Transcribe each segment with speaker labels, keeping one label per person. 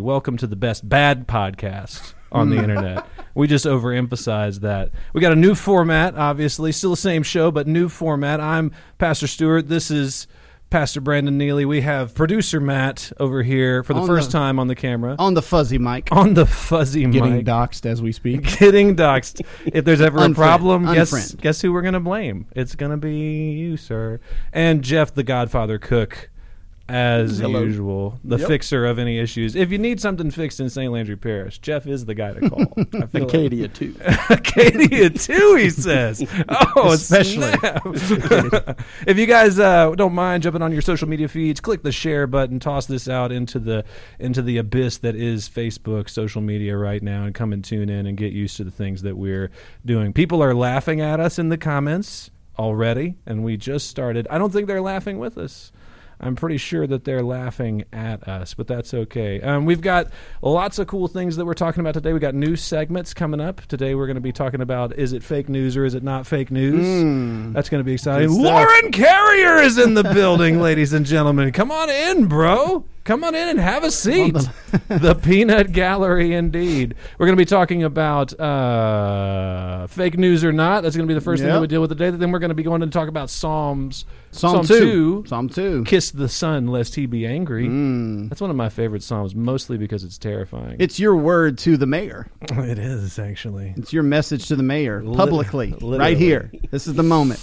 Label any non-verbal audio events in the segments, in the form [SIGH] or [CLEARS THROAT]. Speaker 1: Welcome to the best bad podcast
Speaker 2: [LAUGHS]
Speaker 1: on the internet. We just overemphasize that. We got a new format, obviously, still the same show, but new format. I'm Pastor Stewart. This is Pastor Brandon Neely. We have producer Matt over here for the
Speaker 2: On
Speaker 1: first
Speaker 2: the-
Speaker 1: time on the camera
Speaker 2: on the fuzzy mic.
Speaker 1: on the fuzzy
Speaker 3: getting
Speaker 1: mic.
Speaker 3: doxxed as we [LAUGHS]
Speaker 1: [LAUGHS]
Speaker 3: speak.
Speaker 1: Getting doxxed. If there's ever a
Speaker 2: Unfriend.
Speaker 1: problem, guess
Speaker 2: Unfriend.
Speaker 1: guess who we're gonna blame? It's gonna be you, sir. And Jeff, the Godfather cook, as
Speaker 3: Hello.
Speaker 1: usual, the
Speaker 3: Yep.
Speaker 1: fixer of any issues. If you need something fixed in St. Landry Parish, Jeff is the guy to
Speaker 3: [LAUGHS]
Speaker 1: call. I feel like-
Speaker 3: Acadia too.
Speaker 1: Acadia too, he says. Oh,
Speaker 3: Especially.
Speaker 1: snap. [LAUGHS] if you guys uh, don't mind jumping on your social media feeds, click the share button, toss this out into the into the abyss that is Facebook social media right now, and come and tune in and get used to the things that we're doing. People are laughing at us in the comments already, and we just started. I don't think they're laughing with us. I'm pretty sure that they're laughing at us, but that's okay. Um, we've got lots of cool things that we're talking about today. We got new segments coming up today. We're going to be talking about is it fake news or is it not fake news?
Speaker 2: Hmm.
Speaker 1: That's going to be exciting. Lauren Carrier is in the building, [LAUGHS] ladies and gentlemen. Come on in, bro. Come on in and have a seat. [LAUGHS] the Peanut Gallery, indeed. We're going to be talking about uh, fake news or not. That's going to be the first thing
Speaker 3: Yeah.
Speaker 1: that we deal with today. Then we're going to be going to talk about Psalms.
Speaker 2: Psalm, two. Psalm two.
Speaker 1: Kiss the sun lest he be angry.
Speaker 2: Mm.
Speaker 1: That's one of my favorite psalms, mostly because it's terrifying.
Speaker 2: It's your word to the mayor.
Speaker 1: [LAUGHS] it is actually.
Speaker 2: It's your message to the mayor publicly,
Speaker 1: literally.
Speaker 2: right here. This is the moment.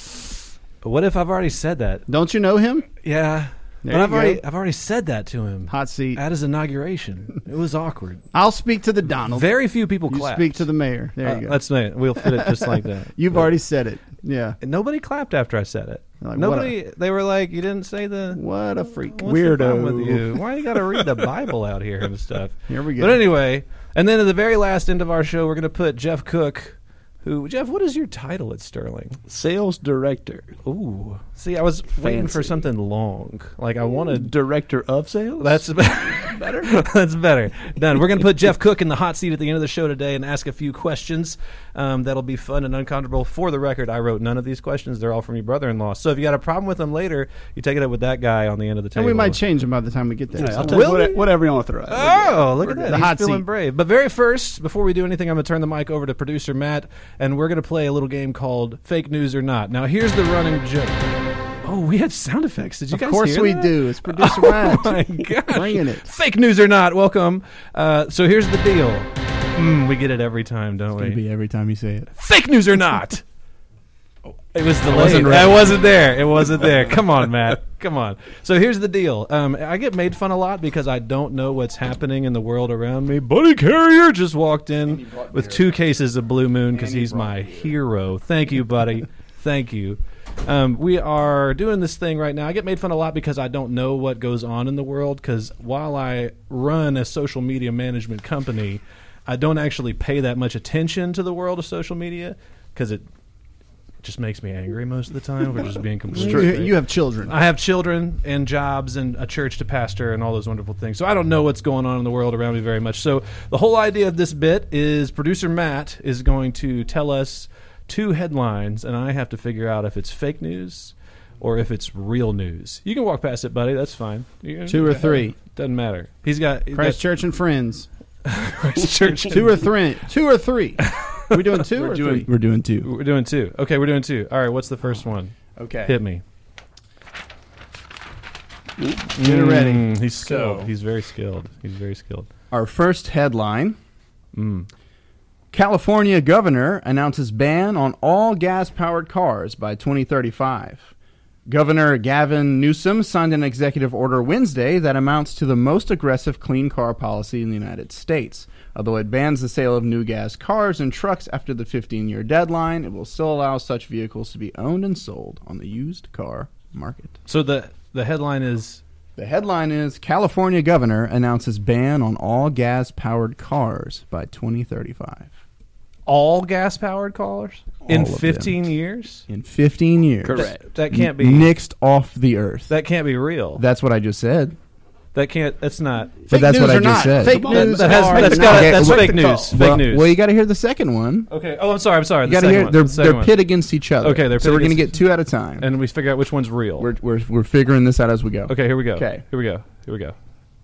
Speaker 1: What if I've already said that?
Speaker 2: Don't you know him?
Speaker 1: Yeah,
Speaker 2: There
Speaker 1: but
Speaker 2: you
Speaker 1: I've already
Speaker 2: go.
Speaker 1: I've already said that to him
Speaker 2: Hot seat.
Speaker 1: at his inauguration. It was
Speaker 2: [LAUGHS]
Speaker 1: awkward.
Speaker 2: I'll speak to the Donald.
Speaker 1: Very few people
Speaker 2: you
Speaker 1: clapped.
Speaker 2: speak to the mayor. There
Speaker 1: Uh,
Speaker 2: you go.
Speaker 1: That's nice. We'll fit it just
Speaker 2: [LAUGHS]
Speaker 1: like that.
Speaker 2: You've
Speaker 1: But-
Speaker 2: already said it. Yeah.
Speaker 1: nobody clapped after I said it.
Speaker 2: Like, what
Speaker 1: nobody. they were like, "You didn't say the."
Speaker 2: What a freak.
Speaker 1: What's the problem
Speaker 2: Weirdo.
Speaker 1: with you? Why you got to read
Speaker 2: [LAUGHS]
Speaker 1: the Bible out here and stuff?
Speaker 2: Here we go.
Speaker 1: But anyway, and then at the very last end of our show, we're going to put Jeff Cook, who Jeff, what is your title at Sterling?
Speaker 3: Sales director.
Speaker 1: Ooh, see, I was waiting for
Speaker 3: Fancy.
Speaker 1: something long. Like I wanted.
Speaker 3: Director of sales?
Speaker 1: That's better. [LAUGHS] That's better. Done. We're going to put Jeff Cook in the hot seat at the end of the show today and ask a few questions. Um, that'll be fun and uncomfortable. For the record, I wrote none of these questions. They're all from your brother-in-law. So if you got a problem with them later, you take it up with that guy on the end of the
Speaker 2: And
Speaker 1: table.
Speaker 2: we might change him by the time we get there.
Speaker 3: All right, I'll
Speaker 2: So-
Speaker 3: take
Speaker 1: Will
Speaker 3: what-
Speaker 1: we?
Speaker 3: whatever you want to throw at me.
Speaker 1: Oh, look at that.
Speaker 2: The
Speaker 1: He's
Speaker 2: hot
Speaker 1: feeling
Speaker 2: seat.
Speaker 1: brave. But very first, before we do anything, I'm going to turn the mic over to producer Matt, and we're going to play a little game called Fake News or Not. Now, here's the running joke. Oh, we had sound effects. Did you guys
Speaker 2: of course
Speaker 1: hear
Speaker 2: we
Speaker 1: that?
Speaker 2: do. It's producer
Speaker 1: [LAUGHS] Oh,
Speaker 2: Ryan.
Speaker 1: my gosh.
Speaker 2: Bringing it.
Speaker 1: Fake news or not, welcome. Uh, so here's the deal. Mm, we get it every time, don't we?
Speaker 3: It'd be every time you say it.
Speaker 1: Fake news or not? It was delayed. I
Speaker 3: wasn't
Speaker 1: wasn't,
Speaker 3: ready.
Speaker 1: there. It wasn't
Speaker 3: [LAUGHS]
Speaker 1: there. Come on, Matt. Come on. So here's the deal. Um, I get made fun a lot because I don't know what's happening in the world around me. Buddy Carrier just walked in with two cases of Blue Moon because he's my hero. Thank you, buddy. Thank you. Um, we are doing this thing right now. I get made fun a lot because I don't know what goes on in the world. Because while I run a social media management company, I don't actually pay that much attention to the world of social media because it just makes me angry most of the time. We're just being completely.
Speaker 2: You, you have children.
Speaker 1: I have children and jobs and a church to pastor and all those wonderful things. So I don't know what's going on in the world around me very much. So the whole idea of this bit is producer Matt is going to tell us two headlines, and I have to figure out if it's fake news or if it's real news. You can walk past it, buddy. That's fine. You-
Speaker 2: Two or three.
Speaker 1: Doesn't matter. He's got he's got [LAUGHS]
Speaker 2: Christchurch and friends.
Speaker 1: church.
Speaker 2: Two or three. Two
Speaker 1: [LAUGHS]
Speaker 2: or three. Are we doing 2 or three?
Speaker 3: We're doing two.
Speaker 1: We're doing two. Okay, we're doing two. All right. What's the first one?
Speaker 3: Okay.
Speaker 1: Hit me.
Speaker 2: Get it ready.
Speaker 1: Mm, he's skilled.
Speaker 3: So-
Speaker 1: He's very skilled. He's very skilled.
Speaker 3: Our first headline California governor announces ban on all gas powered cars by 2035. Governor Gavin Newsom signed an executive order Wednesday that amounts to the most aggressive clean car policy in the United States. Although it bans the sale of new gas cars and trucks after the 15 year deadline, it will still allow such vehicles to be owned and sold on the used car market.
Speaker 1: So the the headline is
Speaker 3: The headline is California governor announces ban on all gas powered cars by 2035.
Speaker 1: all gas powered cars in
Speaker 3: All of them.
Speaker 1: 15 years.
Speaker 3: In 15 years.
Speaker 1: That can't be
Speaker 3: Nixed off the earth.
Speaker 1: that can't be real. That,
Speaker 3: that's what I just said.
Speaker 1: can't. That's not.
Speaker 2: Fake
Speaker 3: but that's
Speaker 2: news
Speaker 3: what I
Speaker 2: or
Speaker 3: just
Speaker 2: not.
Speaker 3: said.
Speaker 2: Fake
Speaker 1: That,
Speaker 2: news.
Speaker 1: that has,
Speaker 2: are
Speaker 1: that's
Speaker 2: not.
Speaker 1: got
Speaker 3: Okay,
Speaker 1: that's
Speaker 3: what-
Speaker 1: fake news. Fake
Speaker 3: well,
Speaker 1: news.
Speaker 3: well, you got to hear the second one.
Speaker 1: okay. Oh, I'm sorry. I'm sorry.
Speaker 3: You
Speaker 1: The
Speaker 3: got to
Speaker 1: second
Speaker 3: hear
Speaker 1: one.
Speaker 3: they're
Speaker 1: The second
Speaker 3: they're
Speaker 1: one.
Speaker 3: pit against each other.
Speaker 1: Okay, they're
Speaker 3: so we're
Speaker 1: pit
Speaker 3: going to
Speaker 1: against-
Speaker 3: get two at a time.
Speaker 1: and we figure out which one's real.
Speaker 3: we're, we're we're figuring this out as we go.
Speaker 1: okay. Here we go.
Speaker 3: Okay.
Speaker 1: Here we go. Here we go.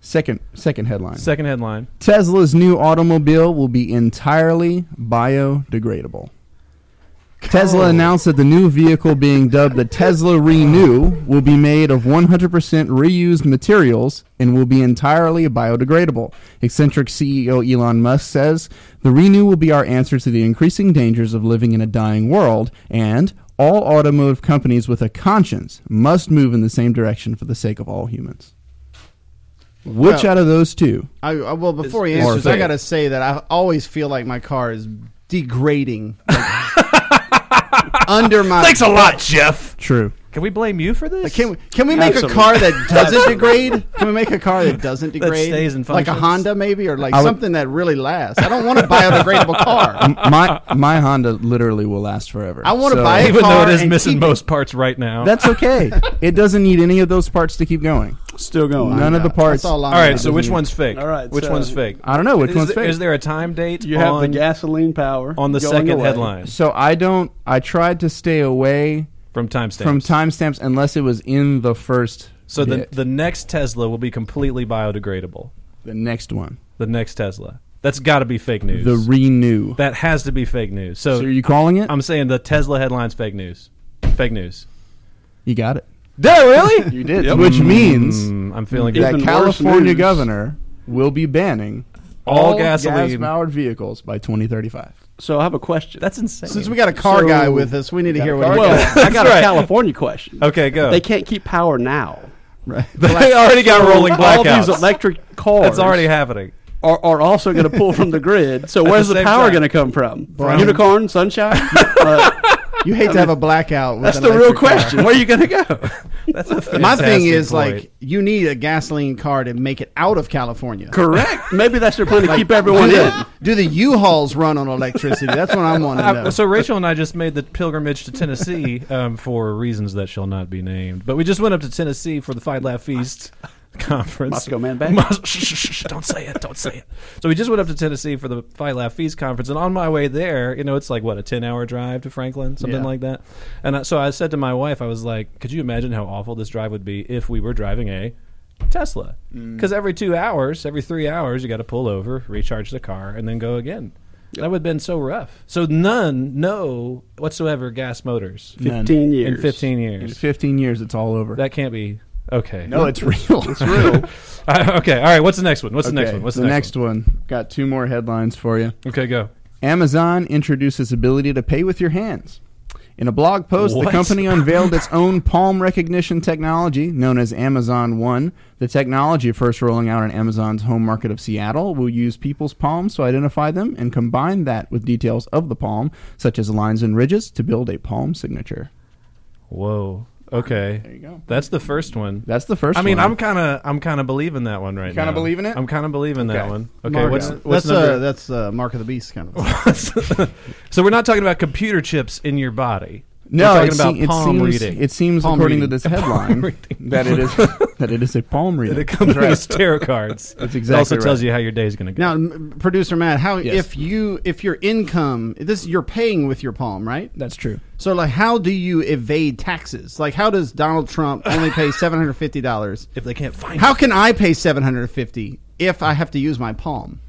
Speaker 3: Second, second headline.
Speaker 1: Second headline.
Speaker 3: Tesla's new automobile will be entirely biodegradable. Tesla announced that the new vehicle being dubbed the Tesla Renew will be made of 100% reused materials and will be entirely biodegradable. Eccentric CEO Elon Musk says, "The Renew will be our answer to the increasing dangers of living in a dying world and all automotive companies with a conscience must move in the same direction for the sake of all humans." Which
Speaker 2: Well-
Speaker 3: out of those two?
Speaker 2: I, I well before he
Speaker 3: it's
Speaker 2: answers, I
Speaker 3: fair.
Speaker 2: gotta say that I always feel like my car is degrading
Speaker 1: [LAUGHS]
Speaker 2: Like, under my.
Speaker 1: Thanks a lot, Jeff.
Speaker 3: True.
Speaker 1: Can we blame you for this?
Speaker 2: Like, Can we, can we make
Speaker 1: Absolutely.
Speaker 2: a
Speaker 1: [LAUGHS]
Speaker 2: car that doesn't degrade? Can we make a car that doesn't degrade?
Speaker 1: stays and
Speaker 2: like a
Speaker 1: functions?
Speaker 2: Honda maybe, or like
Speaker 3: would-
Speaker 2: something that really lasts. I don't want a biodegradable car.
Speaker 3: [LAUGHS] M- my my Honda literally will last forever.
Speaker 2: I wanna
Speaker 3: So-
Speaker 2: buy it.
Speaker 1: Even though
Speaker 2: car
Speaker 1: it is
Speaker 2: and
Speaker 1: missing
Speaker 2: keep
Speaker 1: most parts right now.
Speaker 3: [LAUGHS] That's okay. it doesn't need any of those parts to keep going.
Speaker 4: Still going.
Speaker 3: None of the parts.
Speaker 2: That's all
Speaker 1: all
Speaker 2: I'm
Speaker 1: right.
Speaker 2: at.
Speaker 1: So which one's fake?
Speaker 4: All right,
Speaker 1: Which
Speaker 4: so-
Speaker 1: one's fake?
Speaker 3: I don't know which
Speaker 1: is
Speaker 3: one's
Speaker 1: there,
Speaker 3: fake.
Speaker 1: Is there a time date?
Speaker 4: You have
Speaker 1: on,
Speaker 4: the gasoline power
Speaker 1: on the
Speaker 4: going
Speaker 1: second
Speaker 4: away.
Speaker 1: headline
Speaker 3: so I don't. I tried to stay away
Speaker 1: from timestamps.
Speaker 3: from timestamps unless it was in the first.
Speaker 1: so the
Speaker 3: bit.
Speaker 1: the next Tesla will be completely biodegradable.
Speaker 3: the next one,
Speaker 1: The next Tesla. That's got to be fake news.
Speaker 3: the renew.
Speaker 1: that has to be fake news. So,
Speaker 3: so are you calling it?
Speaker 1: I'm saying the Tesla headline's fake news. Fake news.
Speaker 3: you got it. No, really? [LAUGHS] you did.
Speaker 4: Yep.
Speaker 3: Which means
Speaker 1: Mm, I'm feeling
Speaker 4: Yeah.
Speaker 1: good.
Speaker 3: that
Speaker 4: Even worse
Speaker 3: California
Speaker 4: news.
Speaker 3: governor will be banning
Speaker 1: All gasoline.
Speaker 3: gas-powered vehicles by 2035.
Speaker 4: So I have a question.
Speaker 1: That's insane.
Speaker 2: Since we got a car
Speaker 4: So-
Speaker 2: guy with us, we need to
Speaker 3: Got
Speaker 2: hear
Speaker 3: a
Speaker 2: what
Speaker 3: car
Speaker 2: he
Speaker 4: well,
Speaker 2: got.
Speaker 4: I got
Speaker 1: [LAUGHS] That's right.
Speaker 4: a California question.
Speaker 1: okay, go.
Speaker 4: They can't keep power now.
Speaker 1: [LAUGHS] They already
Speaker 5: [LAUGHS]
Speaker 1: got rolling
Speaker 4: All these
Speaker 1: blackouts.
Speaker 4: electric cars
Speaker 1: That's already happening.
Speaker 4: are, are also going to pull from the grid. So
Speaker 1: At
Speaker 4: where's
Speaker 1: the
Speaker 4: the,
Speaker 1: same
Speaker 4: power
Speaker 1: time.
Speaker 4: going to come from?
Speaker 3: Brown.
Speaker 4: Unicorn,
Speaker 1: [LAUGHS]
Speaker 4: sunshine? Uh,
Speaker 2: You hate to have a blackout. With
Speaker 4: that's
Speaker 2: an
Speaker 4: the real
Speaker 2: electric car.
Speaker 4: question. Where are you going to
Speaker 1: [LAUGHS]
Speaker 4: go?
Speaker 1: That's a fantastic
Speaker 2: [LAUGHS] My thing is
Speaker 1: point.
Speaker 2: like you need a gasoline car to make it out of California.
Speaker 4: Correct. Maybe that's their plan to keep
Speaker 1: [LAUGHS]
Speaker 4: everyone
Speaker 2: do,
Speaker 4: in.
Speaker 2: the, do the U-Hauls run on electricity? That's what I'm wanting to
Speaker 1: I-
Speaker 2: know.
Speaker 1: so Rachel and I just made the pilgrimage
Speaker 4: [LAUGHS]
Speaker 1: to Tennessee um, for reasons that shall not be named, but we just went up to Tennessee for the Fight Laugh Feast
Speaker 4: [LAUGHS]
Speaker 1: conference.
Speaker 4: Moscow Man Bash?
Speaker 1: Mos- shh, shh, shh, don't say it. Don't say it. So we just went up to Tennessee for the Fight Laugh Feast conference, and on my way there, you know, it's like what a ten-hour drive to Franklin, something
Speaker 2: Yeah.
Speaker 1: like that. And I, so I said to my wife, I was like, "Could you imagine how awful this drive would be if we were driving a?" Tesla,
Speaker 3: Mm.
Speaker 1: because every two hours, every three hours, you got to pull over, recharge the car, and then go again. That would have been so rough. So none, no whatsoever gas motors
Speaker 3: None.
Speaker 4: 15 years.
Speaker 1: in 15
Speaker 3: In
Speaker 1: years.
Speaker 3: 15 years, it's all over.
Speaker 1: That can't be okay. [LAUGHS]
Speaker 3: no, it's real. It's real.
Speaker 1: Uh, okay. All right. What's the next one? What's the next
Speaker 3: Okay,
Speaker 1: one? What's
Speaker 3: the, next one? Got two more headlines for you.
Speaker 1: one? Okay, go.
Speaker 3: Amazon introduces ability to pay with your hands. In a blog post, the
Speaker 1: What? [LAUGHS]
Speaker 3: company unveiled its own palm recognition technology known as Amazon One. The technology, first rolling out in Amazon's home market of Seattle, will use people's palms to identify them and combine that with details of the palm, such as lines and ridges, to build a palm signature.
Speaker 1: Whoa. Okay.
Speaker 3: There you go.
Speaker 1: That's the first one.
Speaker 3: That's the first
Speaker 1: I mean,
Speaker 3: one.
Speaker 1: I'm kind of, I'm kind of believing that one right
Speaker 3: kinda
Speaker 1: now.
Speaker 3: believing it?
Speaker 1: I'm kind of believing that
Speaker 3: Okay.
Speaker 1: one. Okay,
Speaker 2: Mark,
Speaker 1: what's,
Speaker 2: uh,
Speaker 1: what's
Speaker 2: that's uh,
Speaker 1: number?
Speaker 2: that's uh, mark of the beast kind
Speaker 1: [LAUGHS]
Speaker 2: of.
Speaker 1: so we're not talking about computer chips in your body.
Speaker 3: No,
Speaker 1: we're talking
Speaker 3: it, se-
Speaker 1: about
Speaker 3: it
Speaker 1: palm
Speaker 3: seems,
Speaker 1: reading.
Speaker 3: It seems,
Speaker 2: Palm
Speaker 3: according to
Speaker 1: [LAUGHS]
Speaker 2: reading.
Speaker 3: this headline, that it is that it is a palm reading.
Speaker 1: And it comes with
Speaker 3: That's right.
Speaker 1: his tarot cards.
Speaker 3: That's
Speaker 1: It also
Speaker 3: exactly
Speaker 1: tells
Speaker 3: right.
Speaker 1: you how your day's going to go.
Speaker 2: Now, m- producer Matt, how
Speaker 3: Yes.
Speaker 2: if you if your income this you're paying with your palm, right?
Speaker 3: That's true.
Speaker 2: So like, how do you evade taxes? Like, how does Donald Trump only pay seven hundred fifty dollars?
Speaker 1: if they can't find
Speaker 2: How can I pay seven hundred fifty if I have to use my palm?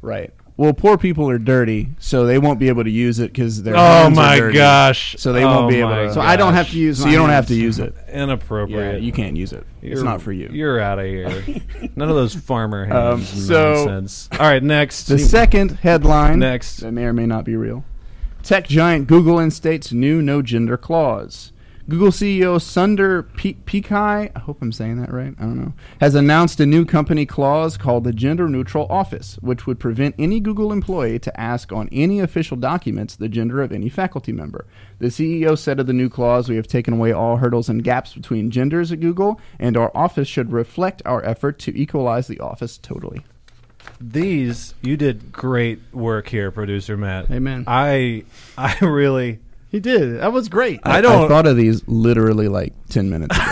Speaker 3: Right. Well, poor people are dirty, so they won't be able to use it because they're.
Speaker 1: Oh my gosh!
Speaker 3: So they
Speaker 1: Oh
Speaker 3: won't be able
Speaker 1: my
Speaker 3: to-
Speaker 2: So I don't
Speaker 1: gosh.
Speaker 2: have to use.
Speaker 3: So
Speaker 2: my
Speaker 3: you don't have
Speaker 2: hands.
Speaker 3: to use it.
Speaker 1: inappropriate.
Speaker 3: Yeah, you can't use it. it's
Speaker 1: You're-
Speaker 3: not for you.
Speaker 1: You're out of
Speaker 3: [LAUGHS]
Speaker 1: here. None of those farmer
Speaker 3: Um,
Speaker 1: hands. and
Speaker 3: so-
Speaker 1: nonsense. all right, next.
Speaker 3: The second headline
Speaker 1: Next.
Speaker 3: that may or may not be real. Tech giant Google instates new no gender clause. Google CEO Sundar P- Pichai, I hope I'm saying that right. I don't know. Has announced a new company clause called the Gender Neutral Office, which would prevent any Google employee to ask on any official documents the gender of any faculty member. The CEO said of the new clause, "We have taken away all hurdles and gaps between genders at Google, and our office should reflect our effort to equalize the office totally."
Speaker 1: These you did great work here, producer Matt.
Speaker 2: Amen.
Speaker 1: I I really
Speaker 2: He did. That was great.
Speaker 1: I don't
Speaker 3: I thought of these literally like ten
Speaker 1: [LAUGHS]
Speaker 3: minutes ago.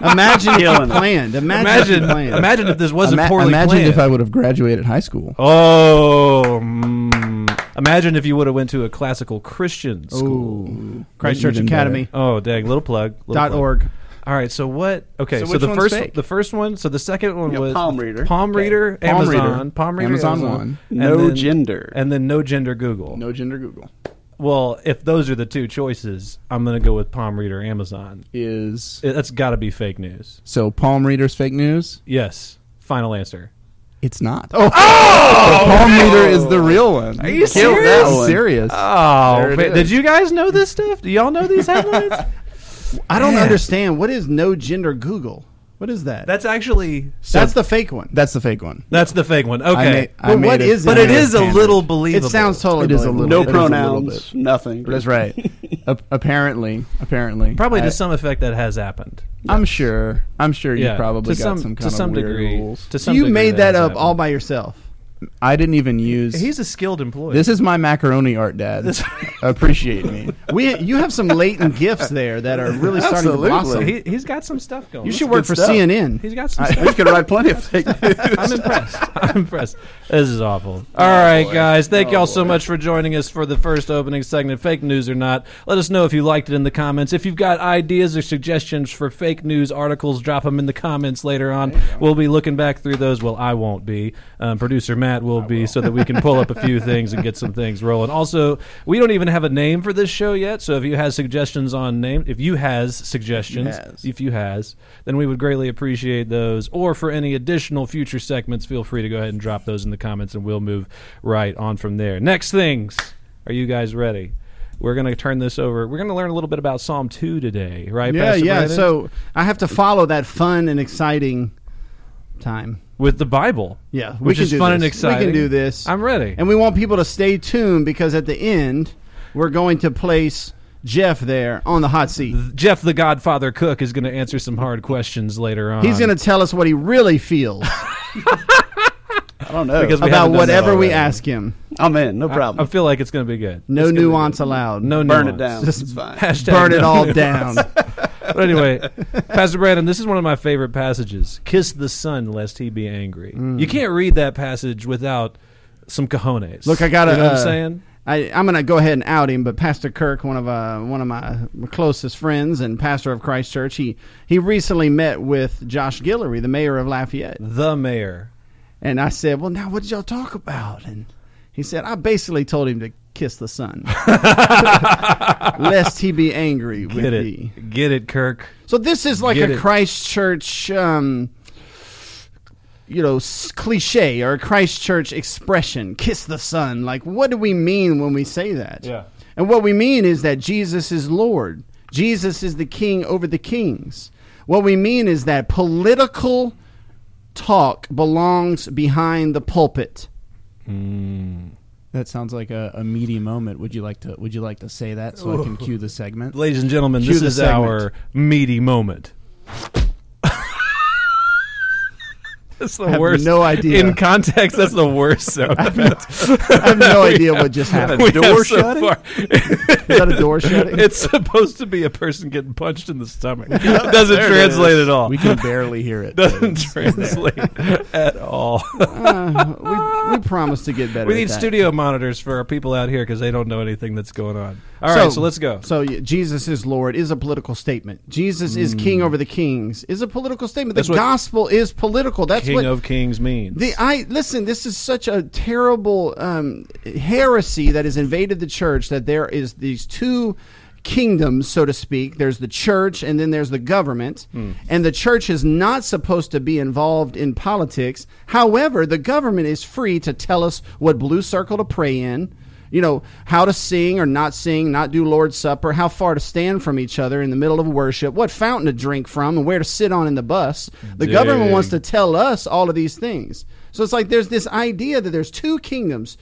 Speaker 2: Imagine if you
Speaker 4: Killing it.
Speaker 2: planned. Imagine,
Speaker 1: imagine
Speaker 2: if you planned.
Speaker 1: imagine if this wasn't
Speaker 3: Ima-
Speaker 1: poorly
Speaker 3: imagine
Speaker 1: planned.
Speaker 3: if I would have graduated high school.
Speaker 1: oh, mm. imagine if you would have went to a classical Christian school.
Speaker 2: Christchurch
Speaker 3: Even
Speaker 2: Academy
Speaker 1: Oh, dang! Little plug. Little
Speaker 2: dot
Speaker 1: plug.
Speaker 2: org.
Speaker 1: All right. So what? Okay.
Speaker 3: So
Speaker 1: So,
Speaker 3: which
Speaker 1: the
Speaker 3: one's
Speaker 1: first
Speaker 3: fake?
Speaker 1: the first one. So the second one
Speaker 4: Yeah,
Speaker 1: was
Speaker 4: palm reader.
Speaker 1: Palm
Speaker 4: Okay.
Speaker 1: reader.
Speaker 3: Palm reader.
Speaker 1: Amazon. Palm reader.
Speaker 3: Amazon one.
Speaker 1: and
Speaker 4: No
Speaker 1: then-
Speaker 4: gender.
Speaker 1: And then no gender Google.
Speaker 3: No gender Google
Speaker 1: Well, if those are the two choices, I'm going to go with palm reader Amazon.
Speaker 3: is
Speaker 1: It- That's got to be fake news.
Speaker 3: so palm readers fake news.
Speaker 1: Yes. Final answer.
Speaker 3: It's not. Oh, the palm reader is the real one. Are
Speaker 1: Oh. you
Speaker 4: Killed that serious? one.
Speaker 3: Serious. There
Speaker 1: Oh,
Speaker 3: it
Speaker 1: but
Speaker 3: is.
Speaker 1: did you guys know this stuff? Do y'all know these headlines?
Speaker 2: I don't understand. What is no gender Google? What is
Speaker 1: [LAUGHS]
Speaker 2: that?
Speaker 1: that's actually
Speaker 2: That's the fake one.
Speaker 3: That's the fake one.
Speaker 1: that's the fake one. Okay.
Speaker 3: I made
Speaker 2: what
Speaker 3: it-
Speaker 2: is
Speaker 1: but
Speaker 2: it
Speaker 1: it is a
Speaker 3: Standard.
Speaker 1: little believable.
Speaker 2: It sounds totally.
Speaker 3: It is a
Speaker 4: no
Speaker 3: little-
Speaker 2: believable.
Speaker 3: it is a little
Speaker 4: pronouns. Nothing.
Speaker 3: That's right.
Speaker 1: [LAUGHS]
Speaker 3: A- apparently, apparently,
Speaker 1: probably
Speaker 3: I,
Speaker 1: to some effect that has happened.
Speaker 3: I'm sure. I'm sure you
Speaker 1: Yeah,
Speaker 3: probably
Speaker 1: to
Speaker 3: got
Speaker 1: some,
Speaker 3: some, kind
Speaker 1: to
Speaker 3: of
Speaker 1: some
Speaker 3: weird
Speaker 1: degree.
Speaker 3: rules.
Speaker 1: To
Speaker 2: So
Speaker 1: some
Speaker 2: you
Speaker 1: degree
Speaker 2: made that
Speaker 1: has
Speaker 2: up
Speaker 1: happened.
Speaker 2: all by yourself.
Speaker 3: I didn't even use.
Speaker 1: He's a skilled employee.
Speaker 3: this is my macaroni art, Dad. [LAUGHS] Appreciate me.
Speaker 2: We you have
Speaker 1: [LAUGHS]
Speaker 2: some latent gifts there that are really starting to
Speaker 4: Absolutely.
Speaker 2: blossom.
Speaker 1: he, he's got some stuff going.
Speaker 2: you
Speaker 1: That's
Speaker 2: should
Speaker 1: good
Speaker 2: work for
Speaker 1: stuff.
Speaker 2: CNN.
Speaker 1: [LAUGHS] He's got some. stuff.
Speaker 4: We could write plenty of fake news.
Speaker 1: [LAUGHS] I'm impressed. I'm impressed. This is awful. All right, guys. Thank y'all so much for joining us for the first opening segment, fake news or not. Let us know if you liked it in the comments. If you've got ideas or suggestions for fake news articles, drop them in the comments later on. We'll be looking back through those. Well, I won't be. Um, Producer Matt will be, so that we can pull up a few things and get some things rolling. Also, we don't even have a name for this show yet. So if you has suggestions on name, if you has suggestions,
Speaker 3: Has.
Speaker 1: if you has, then we would greatly appreciate those. Or for any additional future segments, feel free to go ahead and drop those in the comments, and we'll move right on from there. Next things, are you guys ready? We're going to turn this over. We're going to learn a little bit about Psalm two today, right?
Speaker 2: yeah,
Speaker 1: Pastor
Speaker 2: yeah.
Speaker 1: Brandon?
Speaker 2: So I have to follow that fun and exciting time.
Speaker 1: with the Bible,
Speaker 2: Yeah, we
Speaker 1: which
Speaker 2: can
Speaker 1: is
Speaker 2: do
Speaker 1: fun and
Speaker 2: this. We can
Speaker 1: exciting.
Speaker 2: do this.
Speaker 1: I'm ready.
Speaker 2: And we want people to stay tuned because at the end we're going to place Jeff there on the hot seat.
Speaker 1: Jeff, the Godfather Cook, is going to answer some hard questions later on.
Speaker 2: He's going to tell us what he
Speaker 1: [LAUGHS]
Speaker 2: really feels
Speaker 4: I don't know.
Speaker 1: Because we
Speaker 2: about
Speaker 1: haven't done that
Speaker 2: whatever we
Speaker 1: already.
Speaker 2: ask him.
Speaker 4: I'm in. No
Speaker 1: I
Speaker 4: problem.
Speaker 1: feel like it's going to be good.
Speaker 2: No nuance allowed.
Speaker 1: No,
Speaker 4: Burn
Speaker 1: nuance.
Speaker 4: it down.
Speaker 2: Just
Speaker 4: it's fine.
Speaker 1: [LAUGHS] Hashtag
Speaker 2: burn it
Speaker 1: no
Speaker 2: all
Speaker 1: nuance.
Speaker 2: down.
Speaker 1: But anyway, Pastor Brandon, this is one of my favorite passages. Kiss the son lest he be angry.
Speaker 2: Mm.
Speaker 1: You can't read that passage without some cojones.
Speaker 2: Look, I gotta.
Speaker 1: You know what I'm
Speaker 2: uh,
Speaker 1: saying?
Speaker 2: I, I'm going to go ahead and out him, but Pastor Kirk, one of uh, one of my closest friends and pastor of Christ Church, he he recently met with Josh Guillory, the mayor of Lafayette,
Speaker 1: The mayor.
Speaker 2: and I said, "Well, now what did y'all talk about?" And he said, "I basically told him to kiss
Speaker 1: [LAUGHS]
Speaker 2: the sun, [LAUGHS] lest he be angry with
Speaker 1: Get
Speaker 2: thee."
Speaker 1: it. Get it, Kirk.
Speaker 2: So this is like
Speaker 1: Get
Speaker 2: a
Speaker 1: it.
Speaker 2: Christchurch, um, you know, s- cliche or a Christchurch expression. Kiss the sun. Like, what do we mean when we say that?
Speaker 1: Yeah.
Speaker 2: And what we mean is that Jesus is Lord. Jesus is the King over the kings. What we mean is that political talk belongs behind the pulpit.
Speaker 3: [LAUGHS] That sounds like a, a meaty moment. Would you like to? Would you like to say that so I can cue the
Speaker 1: [LAUGHS]
Speaker 3: segment?
Speaker 1: Ladies and gentlemen,
Speaker 3: Cue
Speaker 1: this
Speaker 3: the
Speaker 1: is
Speaker 3: segment.
Speaker 1: our meaty
Speaker 2: [LAUGHS]
Speaker 1: moment. that's the
Speaker 2: have
Speaker 1: worst.
Speaker 2: no idea.
Speaker 1: In context, that's the worst
Speaker 2: [LAUGHS]
Speaker 1: sound.
Speaker 2: I have no idea what just happened.
Speaker 1: We
Speaker 4: door
Speaker 1: have
Speaker 4: shutting?
Speaker 1: far-
Speaker 2: [LAUGHS] Is that a door shutting?
Speaker 1: It's supposed to be a person getting punched in the
Speaker 2: [LAUGHS]
Speaker 1: stomach. Doesn't translate at all.
Speaker 3: We can barely hear
Speaker 1: [LAUGHS]
Speaker 3: it.
Speaker 1: Doesn't translate
Speaker 2: [LAUGHS]
Speaker 1: at all.
Speaker 2: Uh, we, we promise to get better.
Speaker 1: we
Speaker 2: at
Speaker 1: need
Speaker 2: that.
Speaker 1: studio monitors for our people out here because they don't know anything that's going on. All right, so, let's go.
Speaker 2: So yeah, Jesus is Lord is a political statement. Jesus is King over the kings is a political statement.
Speaker 1: Mm. That's
Speaker 2: the
Speaker 1: what
Speaker 2: gospel is political. That's
Speaker 1: King
Speaker 2: what
Speaker 1: of Kings means.
Speaker 2: the I listen. This is such a terrible um, heresy that has invaded the church. That there is these two kingdoms, so to speak. There's the church, and then there's the government. And the church is not supposed to be involved in politics. However, the government is free to tell us what blue circle to pray in. You know how to sing or not sing, not do Lord's Supper, how far to stand from each other in the middle of worship, what fountain to drink from, and where to sit on in the bus. The government wants to
Speaker 1: Dig.
Speaker 2: to tell us all of these things. So it's like there's this idea that there's two kingdoms,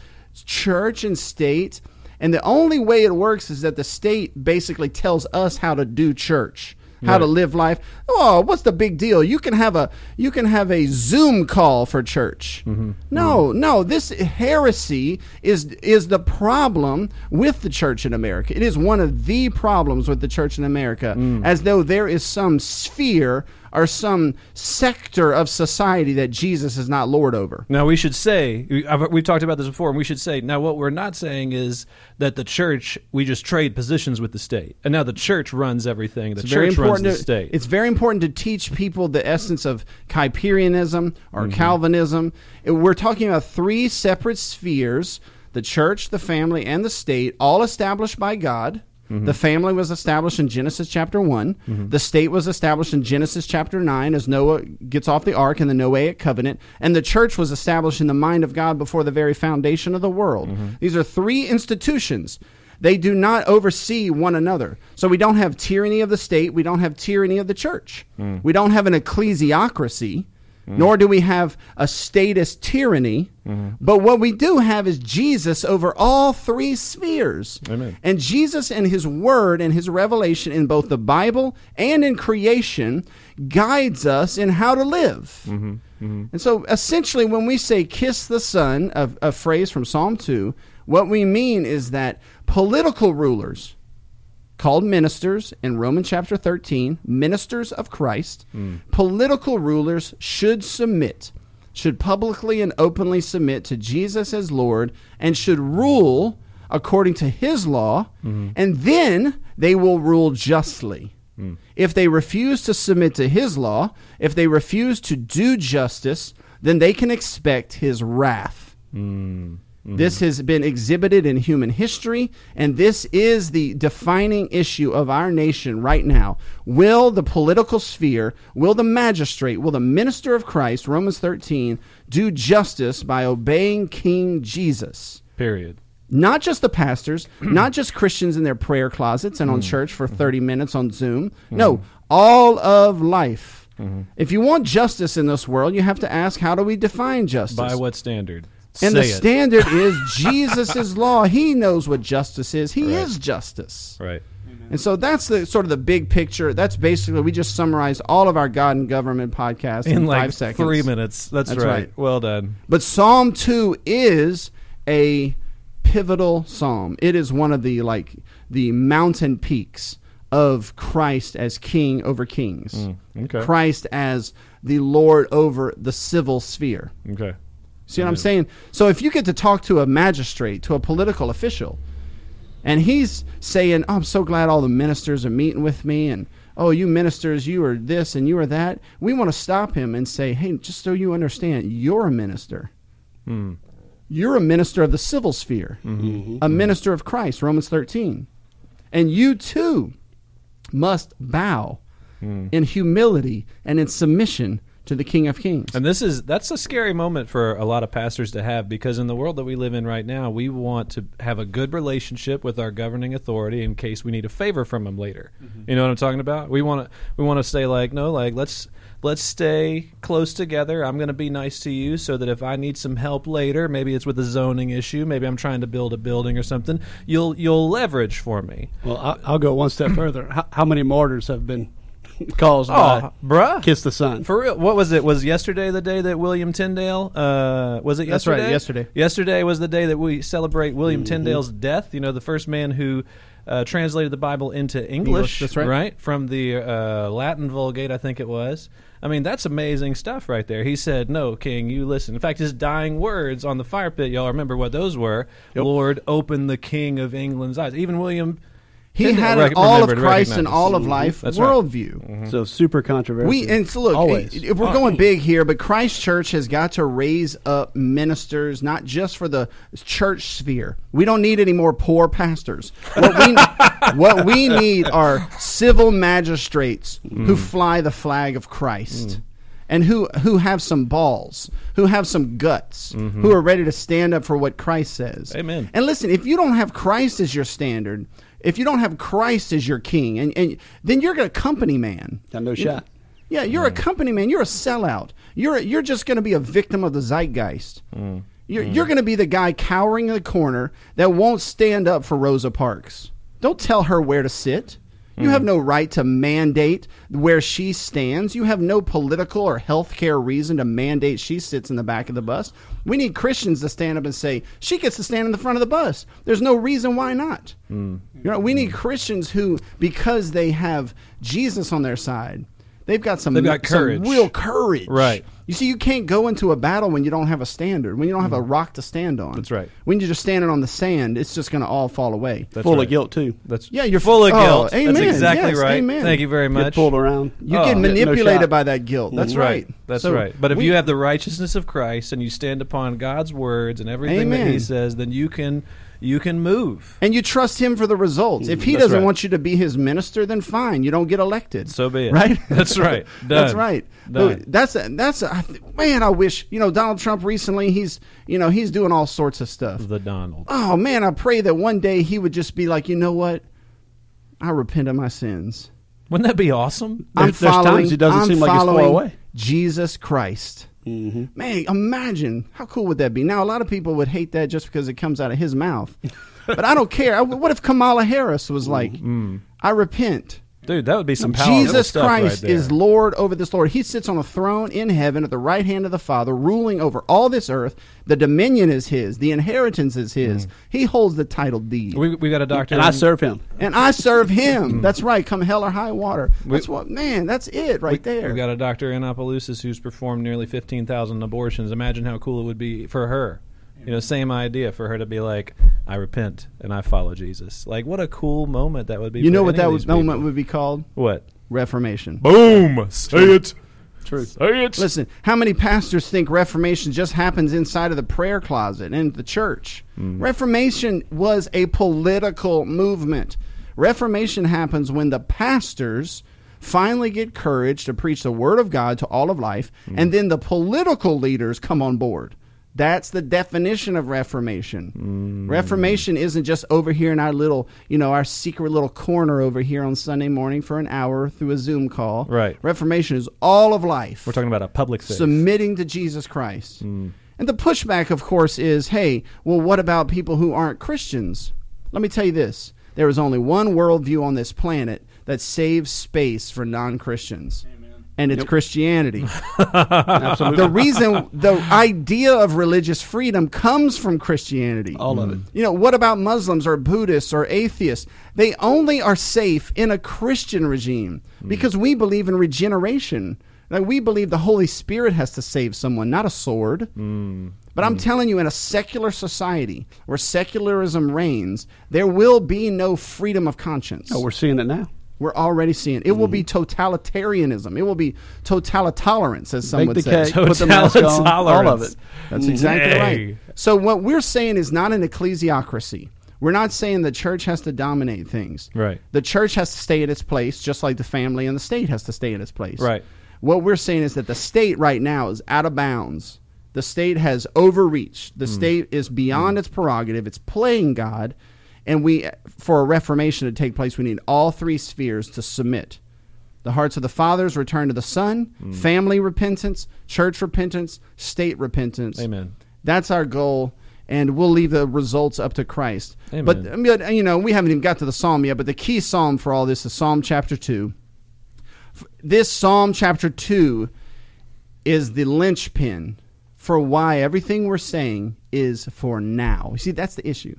Speaker 2: church and state, and the only way it works is that the state basically tells us how to do church, how to live life. Oh, what's the big deal? You can have a you can have a Zoom call for church. No, no, this heresy is is the problem with the church in America. It is one of the problems with the church in America, as though there is some sphere or some sector of society that Jesus is not Lord over.
Speaker 1: Now we should say we- I've- we've talked about this before, and we should say now what we're not saying is that the church we just trade positions with the state, and now the church runs everything. The
Speaker 2: It's very
Speaker 1: church runs
Speaker 2: important.
Speaker 1: the
Speaker 2: to-
Speaker 1: state.
Speaker 2: It's very important to teach people the essence of Kyperianism or
Speaker 1: Mm-hmm.
Speaker 2: Calvinism. And We're talking about three separate spheres: the church, the family, and the state, all established by God.
Speaker 1: Mm-hmm.
Speaker 2: The family was established in Genesis chapter one. The state was established in Genesis chapter nine as Noah gets off the ark in the Noahic covenant, and the church was established in the mind of God before the very foundation of the world.
Speaker 1: Mm-hmm.
Speaker 2: These are three institutions. They do not oversee one another. So we don't have tyranny of the state. We don't have tyranny of the church. We don't have an ecclesiocracy, nor do we have a status tyranny. But what we do have is Jesus over all three spheres.
Speaker 1: Amen.
Speaker 2: And Jesus and his word and his revelation in both the Bible and in creation guides us in how to live. And so essentially, when we say kiss the sun, a, a phrase from Psalm 2, what we mean is that political rulers, called ministers in Romans chapter 13, ministers of Christ, political rulers should submit, should publicly and openly submit to Jesus as Lord, and should rule according to his law, and then they will rule justly. If they refuse to submit to his law, if they refuse to do justice, then they can expect his wrath. Mm-hmm. This has been exhibited in human history, and this is the defining issue of our nation right now. Will the political sphere, will the magistrate, will the minister of Christ, Romans 13, do justice by obeying King Jesus?
Speaker 1: Period.
Speaker 2: not just the pastors, [CLEARS THROAT] not just Christians in their prayer closets and on church for 30 minutes on Zoom. No, all of life. If you want justice in this world, you have to ask how do we define justice?
Speaker 1: By what standard? Say
Speaker 2: and the
Speaker 1: it. [LAUGHS]
Speaker 2: standard is Jesus' law. He knows what justice is. He is justice.
Speaker 1: Right.
Speaker 2: And so that's the sort of the big picture. That's basically we just summarized all of our God and Government podcast in,
Speaker 1: In like
Speaker 2: five seconds.
Speaker 1: three minutes. That's,
Speaker 2: That's
Speaker 1: right.
Speaker 2: right.
Speaker 1: Well done.
Speaker 2: But Psalm 2 is a pivotal psalm. It is one of the like the mountain peaks of Christ as king over kings.
Speaker 1: Mm, okay.
Speaker 2: Christ as the Lord over the civil sphere.
Speaker 1: Okay.
Speaker 2: See what I'm saying? So if you get to talk to a magistrate, to a political official, and he's saying, oh, "I'm so glad all the ministers are meeting with me," and "Oh, you ministers, you are this and you are that," we want to stop him and say, "Hey, just so you understand, you're a minister. You're a minister of the civil sphere, a minister of Christ, Romans 13, and you too must bow in humility and in submission to the King of Kings."
Speaker 1: And this is that's a scary moment for a lot of pastors to have because in the world that we live in right now, we want to have a good relationship with our governing authority in case we need a favor from them later.
Speaker 2: Mm-hmm.
Speaker 1: You know what I'm talking about? We want to we want to stay like no, like let's let's stay close together. I'm going to be nice to you so that if I need some help later, maybe it's with a zoning issue, maybe I'm trying to build a building or something, you'll you'll leverage for me.
Speaker 5: Well, I, I'll go one step further. How, how many martyrs have been [LAUGHS] caused
Speaker 1: Oh,
Speaker 5: by
Speaker 1: bruh.
Speaker 5: Kiss the Sun?
Speaker 1: For real, what was it? Was yesterday the day that William Tyndale? Uh, was it
Speaker 2: That's
Speaker 1: yesterday?
Speaker 2: right,
Speaker 1: Mm-hmm.
Speaker 2: yesterday.
Speaker 1: Yesterday was the day that we celebrate William Tyndale's death. You know, the first man who uh, translated the Bible into English.
Speaker 2: English, that's right.
Speaker 1: From the uh, Latin Vulgate, I think it was. I mean, that's amazing stuff right there. He said, "No, King, you listen." In fact, his dying words on the fire pit, y'all remember what those were? Lord, open the King of England's eyes. Even William.
Speaker 2: He
Speaker 1: Tyndale
Speaker 2: had
Speaker 1: rec-
Speaker 2: an all of
Speaker 1: remembered,
Speaker 2: Christ and
Speaker 1: recognized.
Speaker 2: all of life
Speaker 1: That's right.
Speaker 2: worldview.
Speaker 4: So super controversial.
Speaker 2: We and so look, eh,
Speaker 4: Always.
Speaker 2: if we're going big here, but Christ Church has got to raise up ministers, not just for the church sphere. We don't need any more poor pastors. What we what we need are civil magistrates who fly the flag of Christ. And who, who have some balls, who have some guts, who are ready to stand up for what Christ says.
Speaker 1: Amen.
Speaker 2: And listen, if you don't have Christ as your standard, if you don't have Christ as your king, and, and then you're a company man.
Speaker 5: Got no shot.
Speaker 2: Yeah, you're a company man. You're a sellout. You're you're just going to be a victim of the zeitgeist. You're you're going to be the guy cowering in the corner that won't stand up for Rosa Parks. Don't tell her where to sit. You have no right to mandate where she stands. You have no political or healthcare reason to mandate she sits in the back of the bus. We need Christians to stand up and say she gets to stand in the front of the bus. There's no reason why not. You know, we need Christians who, because they have Jesus on their side, They've got some,
Speaker 1: They've got
Speaker 2: some
Speaker 1: courage.
Speaker 2: real courage.
Speaker 1: Right.
Speaker 2: You see, you can't go into a battle when you don't have a standard, when you don't have a rock to stand on.
Speaker 1: Mm-hmm. That's right.
Speaker 2: When you're just standing on the sand, it's just going to all fall away.
Speaker 1: That's
Speaker 4: Full
Speaker 1: right.
Speaker 4: of guilt too.
Speaker 1: That's
Speaker 2: Yeah, you're
Speaker 1: full of
Speaker 2: oh,
Speaker 1: guilt. That's
Speaker 2: amen.
Speaker 1: exactly
Speaker 2: Yes,
Speaker 1: right.
Speaker 2: amen.
Speaker 1: Thank you very
Speaker 4: Get
Speaker 1: much.
Speaker 4: pulled around.
Speaker 2: You
Speaker 1: Oh.
Speaker 2: get
Speaker 1: Yeah,
Speaker 4: no
Speaker 2: manipulated
Speaker 4: shot.
Speaker 2: by that guilt. That's
Speaker 1: That's
Speaker 2: right.
Speaker 1: right. That's
Speaker 2: So
Speaker 1: right. But if
Speaker 2: we-
Speaker 1: you have the righteousness of Christ and you stand upon God's words and everything that He
Speaker 2: Amen.
Speaker 1: says, then you can you can move.
Speaker 2: and you trust him for the results. If he
Speaker 1: Mm, That's
Speaker 2: doesn't
Speaker 1: right.
Speaker 2: want you to be his minister, then fine, you don't get elected.
Speaker 1: So be it.
Speaker 2: Right?
Speaker 1: [LAUGHS] That's
Speaker 2: [LAUGHS]
Speaker 1: right.
Speaker 2: That's
Speaker 1: Done.
Speaker 2: right.
Speaker 1: Done.
Speaker 2: But that's a, that's a, I th- man. I wish you know Donald Trump recently. He's you know he's doing all sorts of stuff.
Speaker 1: The Donald.
Speaker 2: Oh man, I pray that one day he would just be like, you know what? I repent of my sins.
Speaker 1: Wouldn't that be awesome?
Speaker 4: There-
Speaker 2: I'm
Speaker 4: there's times
Speaker 2: following.
Speaker 4: it doesn't
Speaker 2: I'm
Speaker 4: seem like it's far
Speaker 2: following
Speaker 4: away. Mm-hmm.
Speaker 2: Jesus Christ. Man, imagine how cool would that be? Now, a lot of people would hate that just because it comes out of
Speaker 4: [LAUGHS]
Speaker 2: his mouth, but I don't care. I- what if Kamala Harris
Speaker 4: Mm-hmm.
Speaker 2: was like,
Speaker 4: Mm.
Speaker 2: "I repent."
Speaker 1: Dude, that would be some powerful
Speaker 2: Jesus
Speaker 1: stuff
Speaker 2: Christ
Speaker 1: right there.
Speaker 2: is Lord over this Lord. He sits on a throne in heaven at the right hand of the Father, ruling over all this earth. The dominion is his. The inheritance is his.
Speaker 4: Mm.
Speaker 2: He holds the title deed.
Speaker 1: we we got a doctor.
Speaker 4: And I
Speaker 1: in-
Speaker 4: serve him.
Speaker 2: and I serve
Speaker 1: Mm.
Speaker 2: him. That's right. Come hell or high water. That's what man. That's it right there.
Speaker 1: We've got a doctor in Opelousas who's performed nearly 15,000 abortions. Imagine how cool it would be for her. You know, same idea for her to be like, I repent and I follow Jesus. Like, what a cool moment that would be. for
Speaker 2: you know what
Speaker 1: any
Speaker 2: that
Speaker 1: of
Speaker 2: would,
Speaker 1: these
Speaker 2: moment
Speaker 1: people.
Speaker 2: would be called?
Speaker 1: What?
Speaker 2: Reformation.
Speaker 1: Boom! Say it. True. Say it.
Speaker 2: Listen, how many pastors think Reformation just happens inside of the prayer closet and the church?
Speaker 1: Hmm.
Speaker 2: Reformation was a political movement. Reformation happens when the pastors finally get courage to preach the word of God to all of life,
Speaker 1: Hmm.
Speaker 2: and then the political leaders come on board. That's the definition of
Speaker 1: Hmm.
Speaker 2: reformation. Reformation isn't just over here in our little, you know, our secret little corner over here on Sunday morning for an hour through a Zoom call.
Speaker 1: Right.
Speaker 2: Reformation is all of life
Speaker 1: We're talking about a public thing.
Speaker 2: submitting to Jesus Christ. And the pushback, of course, is hey, well, what about people who aren't Christians? Let me tell you this there is only one worldview on this planet that saves space for non Christians. And it's Christianity. Uh, The reason,
Speaker 5: [LAUGHS]
Speaker 2: the idea of religious freedom comes from Christianity. Mm-hmm.
Speaker 5: All of it.
Speaker 2: You know, what about Muslims or Buddhists or atheists? They only are safe in a Christian regime
Speaker 5: Mm.
Speaker 2: because we believe in regeneration. Like we believe the Holy Spirit has to save someone, not a sword.
Speaker 5: Mm.
Speaker 2: But I'm telling you, in a secular society where secularism reigns, there will be no freedom of conscience.
Speaker 4: Oh, We're seeing it now.
Speaker 2: We're already seeing it. will be totalitarianism. It will be totalitarian, as some
Speaker 4: Bake
Speaker 2: would
Speaker 4: the
Speaker 2: say.
Speaker 4: cake, put the mask on, all of
Speaker 1: Totalitarian.
Speaker 4: it. Mm.
Speaker 2: That's exactly
Speaker 1: Nay.
Speaker 2: right. So what we're saying is not an ecclesiocracy. We're not saying the church has to dominate things.
Speaker 1: Right.
Speaker 2: The church has to stay in its place, just like the family and the state has to stay in its place.
Speaker 1: Right.
Speaker 2: What we're saying is that the state right now is out of bounds. The state has overreached.
Speaker 1: Hmm.
Speaker 2: The state is beyond its prerogative. It's playing God, and we, for a reformation to take place, we need all three spheres to submit. The hearts of the fathers return to the son,
Speaker 1: Hmm.
Speaker 2: family repentance, church repentance, state repentance.
Speaker 1: Amen.
Speaker 2: That's our goal, and we'll leave the results up to Christ.
Speaker 1: Amen.
Speaker 2: But I mean, you know, we haven't even got to the psalm yet. But the key psalm for all this is Psalm chapter two. F- This Psalm chapter two is the linchpin for why everything we're saying is for now. You see, that's the issue.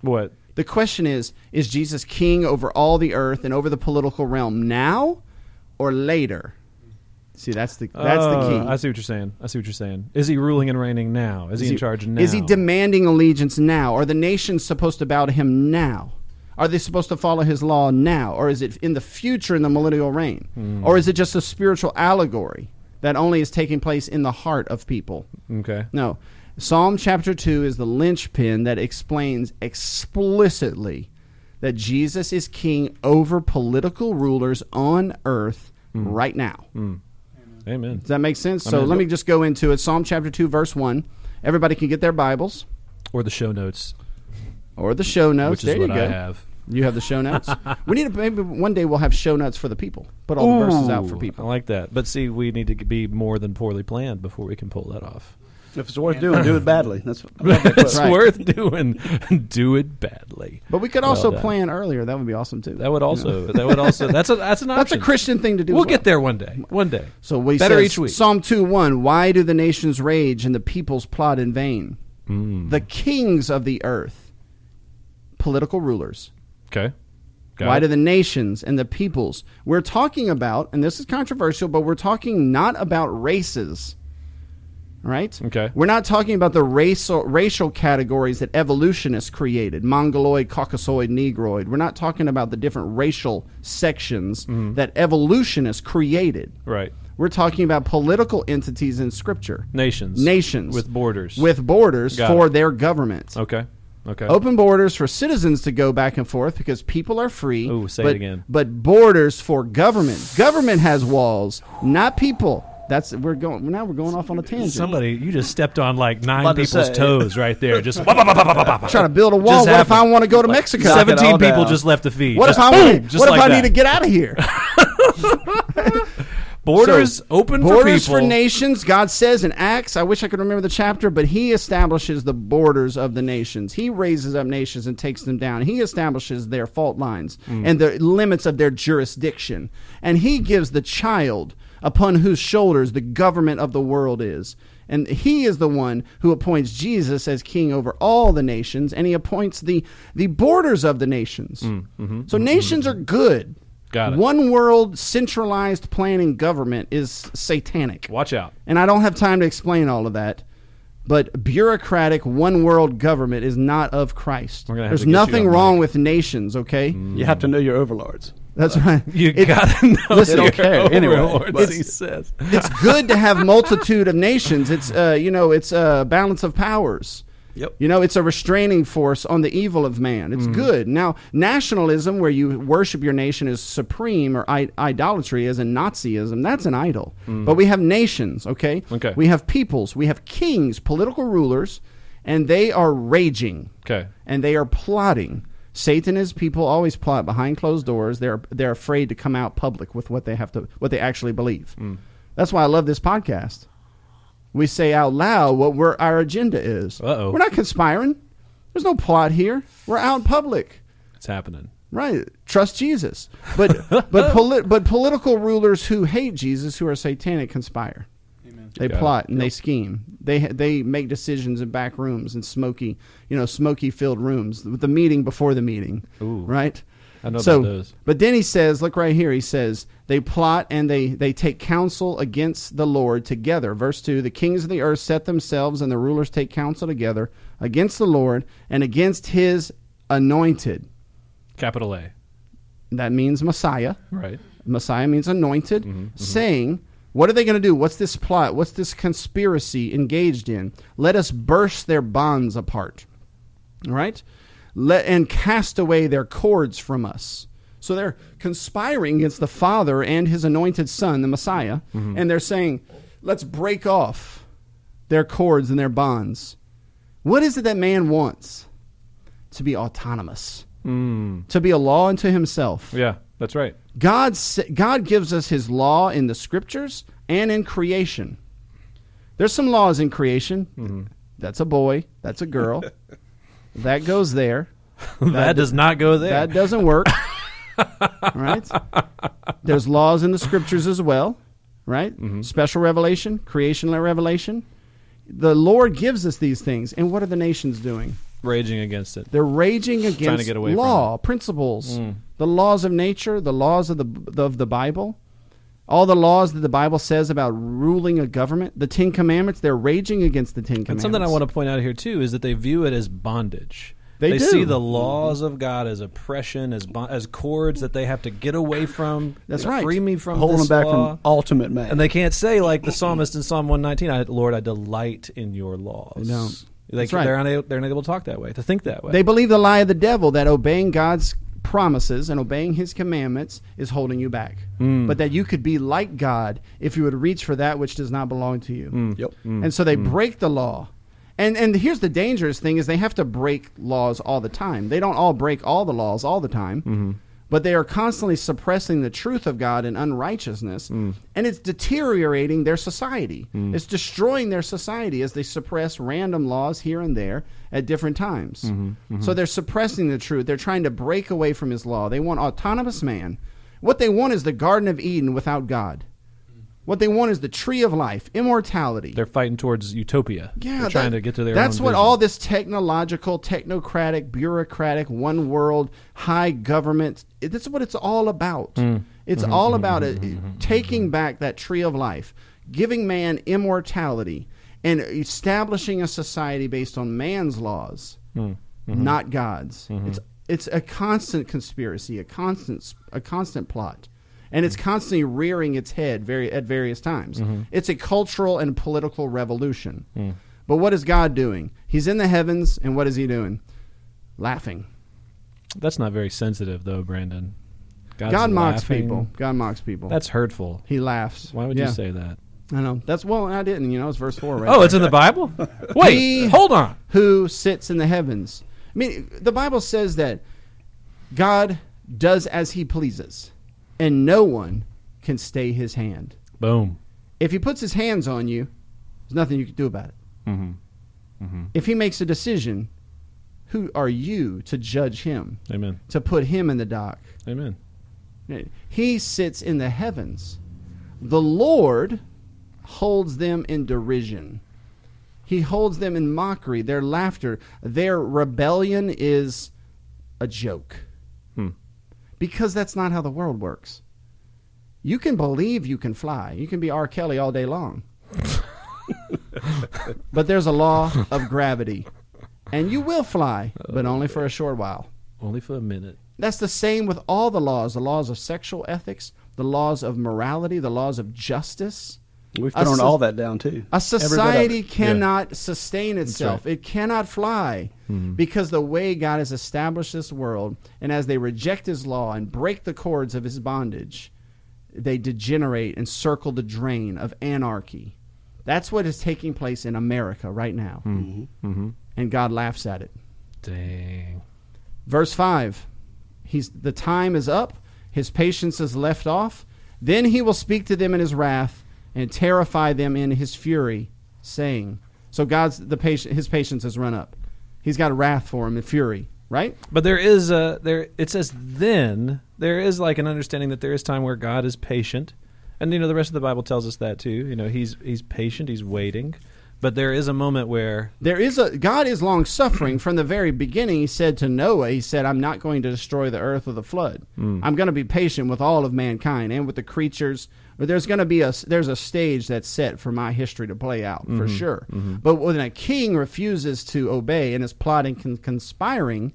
Speaker 1: What?
Speaker 2: The question is Is Jesus king over all the earth and over the political realm now or later? See, that's the, that's the
Speaker 1: Oh,
Speaker 2: key.
Speaker 1: I see what you're saying. I see what you're saying. Is he ruling and reigning now? Is, he in charge now?
Speaker 2: Is he demanding allegiance now? Are the nations supposed to bow to him now? Are they supposed to follow his law now? Or is it in the future in the millennial reign?
Speaker 1: Hmm.
Speaker 2: Or is it just a spiritual allegory that only is taking place in the heart of people?
Speaker 1: Okay.
Speaker 2: No. Psalm chapter 2 is the linchpin that explains explicitly that Jesus is king over political rulers on earth
Speaker 1: Hmm.
Speaker 2: right now.
Speaker 1: Amen.
Speaker 2: Does that make sense? So let me just go into it. Psalm chapter 2, verse 1. Everybody can get their Bibles
Speaker 1: Or the show notes,
Speaker 2: or the show notes.
Speaker 1: which
Speaker 2: Oh, there
Speaker 1: is what
Speaker 2: you go.
Speaker 1: I have.
Speaker 2: You have the show
Speaker 1: [LAUGHS]
Speaker 2: notes. we need to, maybe one day we'll have show notes for the people. Put all the verses out for
Speaker 1: Ooh,
Speaker 2: people.
Speaker 1: I like that. But see, we need to be more than poorly planned before we can pull that
Speaker 2: [LAUGHS]
Speaker 1: off.
Speaker 4: If it's worth doing, do it badly. That's what
Speaker 1: [LAUGHS] it's
Speaker 2: right.
Speaker 1: worth doing. [LAUGHS] Do it badly.
Speaker 2: But we could also
Speaker 1: done.
Speaker 2: plan earlier. That would be awesome too.
Speaker 1: That would also. That would also. That's a. That's an option.
Speaker 2: [LAUGHS] That's a Christian thing to do. as
Speaker 1: We'll
Speaker 2: well.
Speaker 1: get there one day. One day.
Speaker 2: So we
Speaker 1: better
Speaker 2: says,
Speaker 1: each week.
Speaker 2: Psalm 2 1 Why do the nations rage and the peoples plot in vain?
Speaker 1: Mm, Hmm.
Speaker 2: The kings of the earth, political rulers,
Speaker 1: okay. Got
Speaker 2: Why
Speaker 1: it.
Speaker 2: do the nations and the peoples? We're talking about, and this is controversial, but we're talking not about races. Right?
Speaker 1: Okay.
Speaker 2: We're not talking about the racial racial categories that evolutionists created: Mongoloid, Caucasoid, Negroid. We're not talking about the different racial sections
Speaker 1: Mm-hmm.
Speaker 2: that evolutionists created.
Speaker 1: Right.
Speaker 2: We're talking about political entities in Scripture,
Speaker 1: Nations.
Speaker 2: nations
Speaker 1: With borders.
Speaker 2: with borders
Speaker 1: Got
Speaker 2: for
Speaker 1: it.
Speaker 2: their government.
Speaker 1: Okay. Okay.
Speaker 2: Open borders for citizens to go back and forth because people are free.
Speaker 1: Ooh, say it
Speaker 2: but,
Speaker 1: again.
Speaker 2: But borders for government. Government has walls, not people. That's we're going now. We're going off on a tangent.
Speaker 1: Somebody, you just stepped on like nine
Speaker 4: About to
Speaker 1: people's
Speaker 4: say.
Speaker 1: toes right there. Just bop, bop, bop, bop, bop, bop, bop.
Speaker 2: trying to build a wall.
Speaker 1: Just
Speaker 2: What if I
Speaker 1: happened.
Speaker 2: want to go to Mexico?
Speaker 4: Knock it all
Speaker 1: 17 people
Speaker 4: down.
Speaker 1: just left the feed.
Speaker 2: what if
Speaker 1: Just
Speaker 2: I
Speaker 1: boom,
Speaker 2: want?
Speaker 1: just
Speaker 2: What
Speaker 1: like
Speaker 2: if I
Speaker 1: that.
Speaker 2: need to get out
Speaker 1: [LAUGHS]
Speaker 2: of here?
Speaker 1: borders
Speaker 2: So,
Speaker 1: open
Speaker 2: borders
Speaker 1: for people?
Speaker 2: nations. God says in Acts. I wish I could remember the chapter, but He establishes the borders of the nations. He raises up nations and takes them down. He establishes their fault lines
Speaker 1: Mm.
Speaker 2: and the limits of their jurisdiction, and He gives the child upon whose shoulders the government of the world is. And he is the one who appoints Jesus as king over all the nations, and he appoints the, the borders of the nations.
Speaker 1: Mm,
Speaker 2: so nations are good.
Speaker 1: mm-hmm, Got it.
Speaker 2: One world centralized planning government is satanic.
Speaker 1: Watch out.
Speaker 2: And I don't have time to explain all of that. But bureaucratic one world government is not of Christ.
Speaker 1: We're gonna have
Speaker 2: There's
Speaker 1: to get you
Speaker 2: nothing
Speaker 1: on
Speaker 2: wrong
Speaker 1: mic. Mm-hmm.
Speaker 2: with nations, okay?
Speaker 5: You have to know your overlords.
Speaker 2: That's right.
Speaker 1: [LAUGHS] You
Speaker 2: It-
Speaker 1: gotta know
Speaker 2: listen,
Speaker 1: your
Speaker 2: they don't care
Speaker 4: anyway,
Speaker 1: overlords,
Speaker 4: but-
Speaker 1: he says.
Speaker 2: it's good to have multitude of nations. It's uh, you know, it's a balance of powers.
Speaker 4: Yep.
Speaker 2: You know, it's a restraining force on the evil of man. It's good. Now, nationalism, where you worship your nation as supreme, or I- idolatry, as in Nazism, that's an idol. But we have nations, okay?
Speaker 1: Okay.
Speaker 2: We have peoples, we have kings, political rulers, and they are raging.
Speaker 1: Okay.
Speaker 2: And they are plotting. Satan is people always plot behind closed doors. They're they're afraid to come out public with what they have to what they actually believe.
Speaker 1: Mm.
Speaker 2: That's why I love this podcast. We say out loud what we're, our agenda is.
Speaker 1: Uh-oh.
Speaker 2: We're not conspiring. There's no plot here. We're out in public.
Speaker 1: It's happening.
Speaker 2: Right. Trust Jesus. But but poli- but political rulers who hate Jesus, who are satanic, conspire. They
Speaker 1: Got it.
Speaker 2: plot and they scheme. They they make decisions in back rooms and smoky, you know, smoky filled rooms with the meeting before the meeting.
Speaker 1: Ooh.
Speaker 2: Right.
Speaker 1: I know
Speaker 2: so,
Speaker 1: about those.
Speaker 2: but then he says, look right here. He says they plot and they they take counsel against the Lord together. Verse two: The kings of the earth set themselves, and the rulers take counsel together against the Lord and against His anointed.
Speaker 1: Capital A.
Speaker 2: That means Messiah.
Speaker 1: Right.
Speaker 2: Messiah means anointed, saying, What are they going to do? What's this plot? What's this conspiracy engaged in? Let us burst their bonds apart. All right? Let, and cast away their cords from us. So they're conspiring against the Father and his anointed Son, the Messiah, and they're saying, Let's break off their cords and their bonds. What is it that man wants? To be autonomous,
Speaker 1: Hmm.
Speaker 2: to be a law unto himself.
Speaker 1: Yeah, that's right.
Speaker 2: God, s- God gives us his law in the scriptures and in creation. There's some laws in creation. That's a boy. That's a girl. that goes there.
Speaker 1: [LAUGHS] That, does not go there.
Speaker 2: That doesn't work. right? There's laws in the scriptures as well, right? Special revelation, creational revelation. The Lord gives us these things. And what are the nations doing?
Speaker 1: Raging against it.
Speaker 2: They're raging against
Speaker 1: get away from Mm.
Speaker 2: law, principles, the laws of nature, the laws of the of the Bible, all the laws that the Bible says about ruling a government, the Ten Commandments. They're raging against the Ten Commandments.
Speaker 1: And something I want to point out here too is that they view it as bondage.
Speaker 2: They do.
Speaker 1: see the laws of God as oppression, as bon- as cords that they have to get away from.
Speaker 2: That's right.
Speaker 1: Free me from
Speaker 5: Holding
Speaker 1: this uh,
Speaker 5: back
Speaker 1: law.
Speaker 5: from ultimate man.
Speaker 1: and they can't say like the psalmist in Psalm one nineteen. I, Lord, I delight in your laws.
Speaker 2: They don't.
Speaker 1: They,
Speaker 2: That's right.
Speaker 1: They're unable. They're unable to talk that way. To think that way.
Speaker 2: They believe the lie of the devil that obeying God's promises and obeying His commandments is holding you back,
Speaker 1: Mm.
Speaker 2: but that you could be like God if you would reach for that which does not belong to you.
Speaker 1: Mm.
Speaker 5: Yep.
Speaker 2: and so they break the law and and here's the dangerous thing is they have to break laws all the time they don't all break all the laws all the time but they are constantly suppressing the truth of god and unrighteousness and it's deteriorating their society it's destroying their society as they suppress random laws here and there at different times so they're suppressing the truth they're trying to break away from his law they want autonomous man what they want is the garden of eden without god What they want is the tree of life, immortality.
Speaker 1: They're fighting towards utopia.
Speaker 2: yeah,
Speaker 1: They're trying
Speaker 2: that-
Speaker 1: to get to their.
Speaker 2: That's
Speaker 1: own
Speaker 2: what
Speaker 1: vision.
Speaker 2: all this technological, technocratic, bureaucratic, one world, high government. it- That's what it's all about.
Speaker 1: Hmm.
Speaker 2: It's
Speaker 1: Mm-hmm,
Speaker 2: all about it, taking back that tree of life, giving man immortality, and establishing a society based on man's laws,
Speaker 1: Hmm, mm-hmm.
Speaker 2: not God's. It's it's a constant conspiracy, a constant s- a constant plot. And it's constantly rearing its head very, at various times.
Speaker 1: Mm-hmm.
Speaker 2: It's a cultural and political revolution.
Speaker 1: Mm.
Speaker 2: But what is God doing? He's in the heavens, and what is he doing? Laughing.
Speaker 1: That's not very sensitive, though, Brandon. God's
Speaker 2: God mocks
Speaker 1: laughing.
Speaker 2: people. God mocks people.
Speaker 1: That's hurtful.
Speaker 2: he laughs.
Speaker 1: Why would
Speaker 2: Yeah.
Speaker 1: you say that?
Speaker 2: I know. That's well, I didn't. You know, it's verse four, right?
Speaker 1: Oh, it's in the
Speaker 2: [LAUGHS]
Speaker 1: Bible. Wait,
Speaker 2: He-
Speaker 1: hold on.
Speaker 2: who sits in the heavens. I mean, the Bible says that God does as he pleases, and no one can stay his hand.
Speaker 1: Boom.
Speaker 2: If he puts his hands on you, there's nothing you can do about it. If he makes a decision, who are you to judge him,
Speaker 1: Amen.
Speaker 2: to put him in the dock?
Speaker 1: Amen.
Speaker 2: He sits in the heavens. The Lord holds them in derision. He holds them in mockery, their laughter. Their rebellion is a joke. Because that's not how the world works. You can believe you can fly. You can be R. Kelly all day long. but there's a law of gravity. And you will fly, but only for a short while.
Speaker 1: Only for a minute.
Speaker 2: That's the same with all the laws the laws of sexual ethics, the laws of morality, the laws of justice.
Speaker 4: We've
Speaker 2: A
Speaker 4: thrown
Speaker 2: soc-
Speaker 4: all that down too. Every bit of
Speaker 2: A
Speaker 4: it.
Speaker 2: society cannot sustain itself, it cannot fly because the way God has established this world, and as they reject his law and break the cords of his bondage, they degenerate and circle the drain of anarchy. That's what is taking place in America right now. And God laughs at it.
Speaker 1: Dang.
Speaker 2: Verse 5. He's the time is up, his patience is left off. Then he will speak to them in his wrath and terrify them in his fury, saying. So God's the patient his patience has run up. He's got wrath for him and fury, right?
Speaker 1: But there is a there. It says then there is like an understanding that there is time where God is patient, and you know the rest of the Bible tells us that too. You know he's he's patient, he's waiting, but there is a moment where
Speaker 2: There is a God is long suffering from the very beginning. He said to Noah, he said, "I'm not going to destroy the earth with a flood. I'm going to be patient with all of mankind and with the creatures. But there's going to be a there's a stage that's set for my history to play out for sure. But when a king refuses to obey and is plotting and conspiring,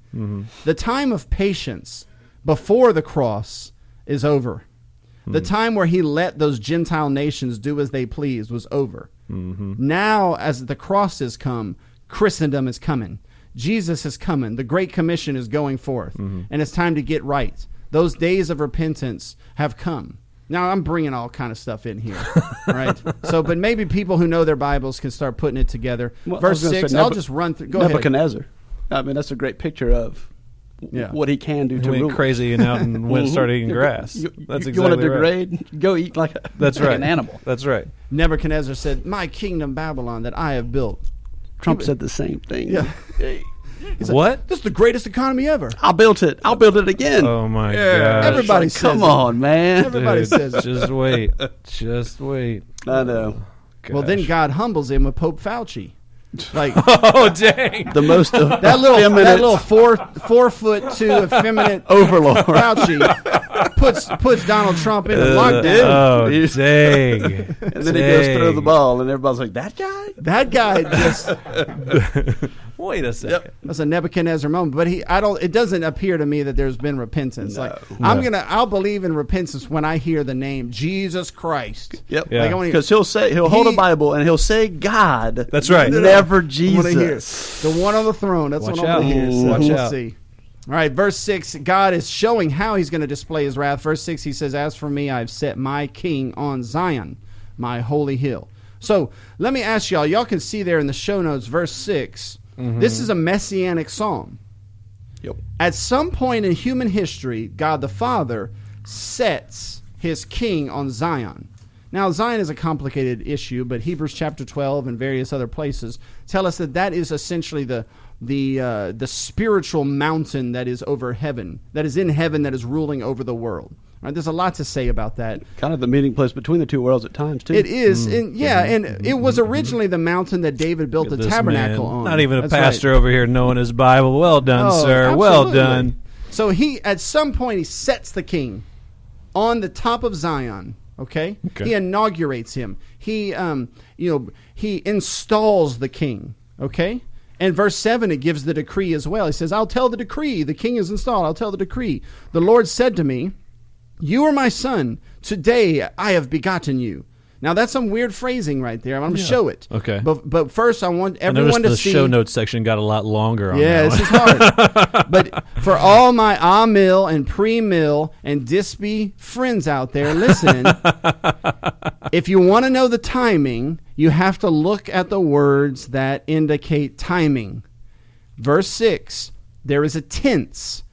Speaker 2: the time of patience before the cross is over. The time where he let those Gentile nations do as they pleased was over.
Speaker 4: Mm-hmm.
Speaker 2: Now, as the cross has come, Christendom is coming. Jesus is coming. The Great Commission is going forth.
Speaker 4: Mm-hmm.
Speaker 2: And it's time to get right. Those days of repentance have come. Now, I'm bringing all kind of stuff in
Speaker 4: [LAUGHS]
Speaker 2: here. all right? So, but maybe people who know their Bibles can start putting it together.
Speaker 4: Well, I
Speaker 2: Verse
Speaker 4: was gonna
Speaker 2: 6,
Speaker 4: say
Speaker 2: I'll
Speaker 4: Nebu-
Speaker 2: just run through. Go ahead.
Speaker 4: Nebuchadnezzar. I mean, that's a great picture of w-
Speaker 2: Yeah.
Speaker 4: what he can do
Speaker 1: he
Speaker 4: to
Speaker 1: went
Speaker 4: rule.
Speaker 1: crazy and out and went
Speaker 4: Mhm.
Speaker 1: started eating
Speaker 4: You-
Speaker 1: grass.
Speaker 4: You,
Speaker 1: That's exactly
Speaker 4: want to
Speaker 1: right.
Speaker 4: degrade? Go eat like a,
Speaker 1: That's
Speaker 4: like
Speaker 1: right.
Speaker 4: an animal.
Speaker 1: That's right.
Speaker 2: Nebuchadnezzar said, My kingdom, Babylon, that I have built.
Speaker 4: Trump said the same thing.
Speaker 2: Yeah.
Speaker 1: what?
Speaker 2: This is the greatest economy ever.
Speaker 4: I built it. I'll build it again.
Speaker 1: Oh my
Speaker 2: Yeah.
Speaker 1: god!
Speaker 4: It's
Speaker 2: everybody
Speaker 4: like,
Speaker 2: says
Speaker 4: come
Speaker 2: it.
Speaker 4: on, man.
Speaker 2: Everybody says it.
Speaker 1: Just
Speaker 4: [LAUGHS]
Speaker 1: wait. Just wait.
Speaker 4: I know.
Speaker 2: Well, then God humbles him with Pope Fauci. Like,
Speaker 1: [LAUGHS] Oh dang!
Speaker 4: The most of
Speaker 2: that little that
Speaker 4: effeminate
Speaker 2: little four four foot two effeminate
Speaker 4: overlord. [LAUGHS]
Speaker 2: Fauci puts puts Donald Trump in the lockdown.
Speaker 1: Oh
Speaker 4: Dude.
Speaker 1: dang!
Speaker 4: [LAUGHS] And then he goes throw the ball, and everybody's like, "That guy."
Speaker 2: That guy just
Speaker 1: [LAUGHS] Wait a second.
Speaker 2: that's a Nebuchadnezzar moment, but he I don't it doesn't appear to me that there's been repentance. Like I'm gonna I'll believe in repentance when I hear the name Jesus Christ.
Speaker 4: Yep.
Speaker 1: Yeah.
Speaker 2: Like I want to
Speaker 4: Because he'll say he'll hold
Speaker 2: He-
Speaker 4: a Bible and he'll say God.
Speaker 1: That's right.
Speaker 4: Never
Speaker 2: I wanna hear
Speaker 4: Jesus.
Speaker 2: the one on the throne. That's
Speaker 1: Watch
Speaker 2: what I'm
Speaker 1: out.
Speaker 2: going to hear. So
Speaker 1: Watch
Speaker 2: we'll
Speaker 1: out.
Speaker 2: see. All right, verse 6, God is showing how he's going to display his wrath. Verse 6, he says, As for me, I've set my king on Zion, my holy hill. So let me ask y'all, y'all can see there in the show notes, verse 6,
Speaker 1: Mm-hmm.
Speaker 2: this is a messianic psalm.
Speaker 4: Yep.
Speaker 2: At some point in human history, God the Father sets his king on Zion. Now, Zion is a complicated issue, but Hebrews chapter 12 and various other places tell us that that is essentially the the uh, the spiritual mountain that is over heaven, that is in heaven, that is ruling over the world. Right, there's a lot to say about that.
Speaker 5: Kind of the meeting place between the two worlds at times too.
Speaker 2: It is, and yeah, and it was originally the mountain that David built the
Speaker 1: This
Speaker 2: tabernacle
Speaker 1: man.
Speaker 2: on.
Speaker 1: Not even a
Speaker 2: That's right.
Speaker 1: pastor over here knowing his Bible. Well done,
Speaker 2: Oh,
Speaker 1: sir. Well
Speaker 2: absolutely.
Speaker 1: done.
Speaker 2: So he, at some point, he sets the king on the top of Zion. Okay,
Speaker 1: Okay.
Speaker 2: he inaugurates him. He, um, you know, he installs the king. Okay, and verse seven it gives the decree as well. He says, "I'll tell the decree. The king is installed. I'll tell the decree." The Lord said to me, "You are my son. Today I have begotten you." Now that's some weird phrasing right there. I'm going to show it.
Speaker 1: Okay.
Speaker 2: but but first I want
Speaker 1: I noticed
Speaker 2: everyone to
Speaker 1: the
Speaker 2: see
Speaker 1: show notes section got a lot longer on
Speaker 2: yeah,
Speaker 1: that
Speaker 2: this is hard. but for all my ah mill and pre mill and disby friends out there listening, if you want to know the timing, you have to look at the words that indicate timing. Verse six, there is a tense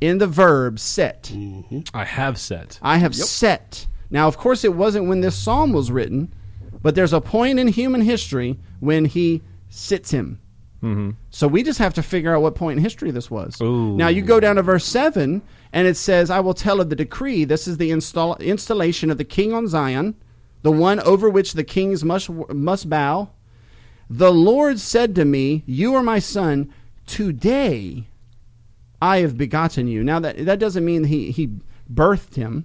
Speaker 2: in the verb set.
Speaker 1: one. I have set.
Speaker 2: I have set. Now, of course, it wasn't when this psalm was written, but there's a point in human history when he sits him. Mm-hmm. So we just have to figure out what point in history this was.
Speaker 1: Ooh.
Speaker 2: Now, you go down to verse 7, and it says, I will tell of the decree. This is the install- installation of the king on Zion, the one over which the kings must, must bow. The Lord said to me, You are my son. Today I have begotten you. Now that that doesn't mean he he birthed him.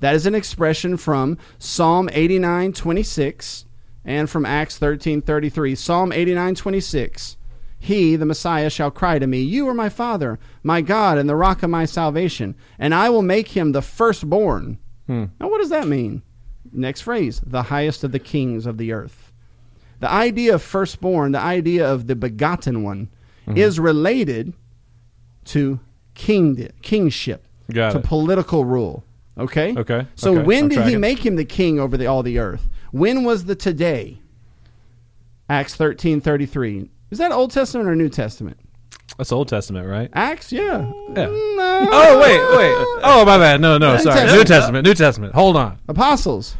Speaker 2: That is an expression from Psalm 89, 26 and from Acts 13, 33. Psalm 89, 26. He, the Messiah, shall cry to me, You are my Father, my God, and the rock of my salvation, and I will make him the firstborn.
Speaker 1: Hmm.
Speaker 2: Now, what does that mean? Next phrase, the highest of the kings of the earth. The idea of firstborn, the idea of the begotten one,
Speaker 1: Mm-hmm.
Speaker 2: is related to king kingship
Speaker 1: Got
Speaker 2: to
Speaker 1: it.
Speaker 2: political rule okay
Speaker 1: Okay,
Speaker 2: so
Speaker 1: okay,
Speaker 2: when
Speaker 1: I'm
Speaker 2: did he
Speaker 1: tracking.
Speaker 2: make him the king over the, all the earth when was the today acts thirteen thirty three. is that old testament or new testament
Speaker 1: That's Old Testament, right?
Speaker 2: acts yeah,
Speaker 1: Yeah.
Speaker 2: No.
Speaker 1: Oh wait, wait. Oh my bad. No, no, sorry.
Speaker 2: Mm. Testament.
Speaker 1: New Testament. New Testament. Hold on.
Speaker 2: apostles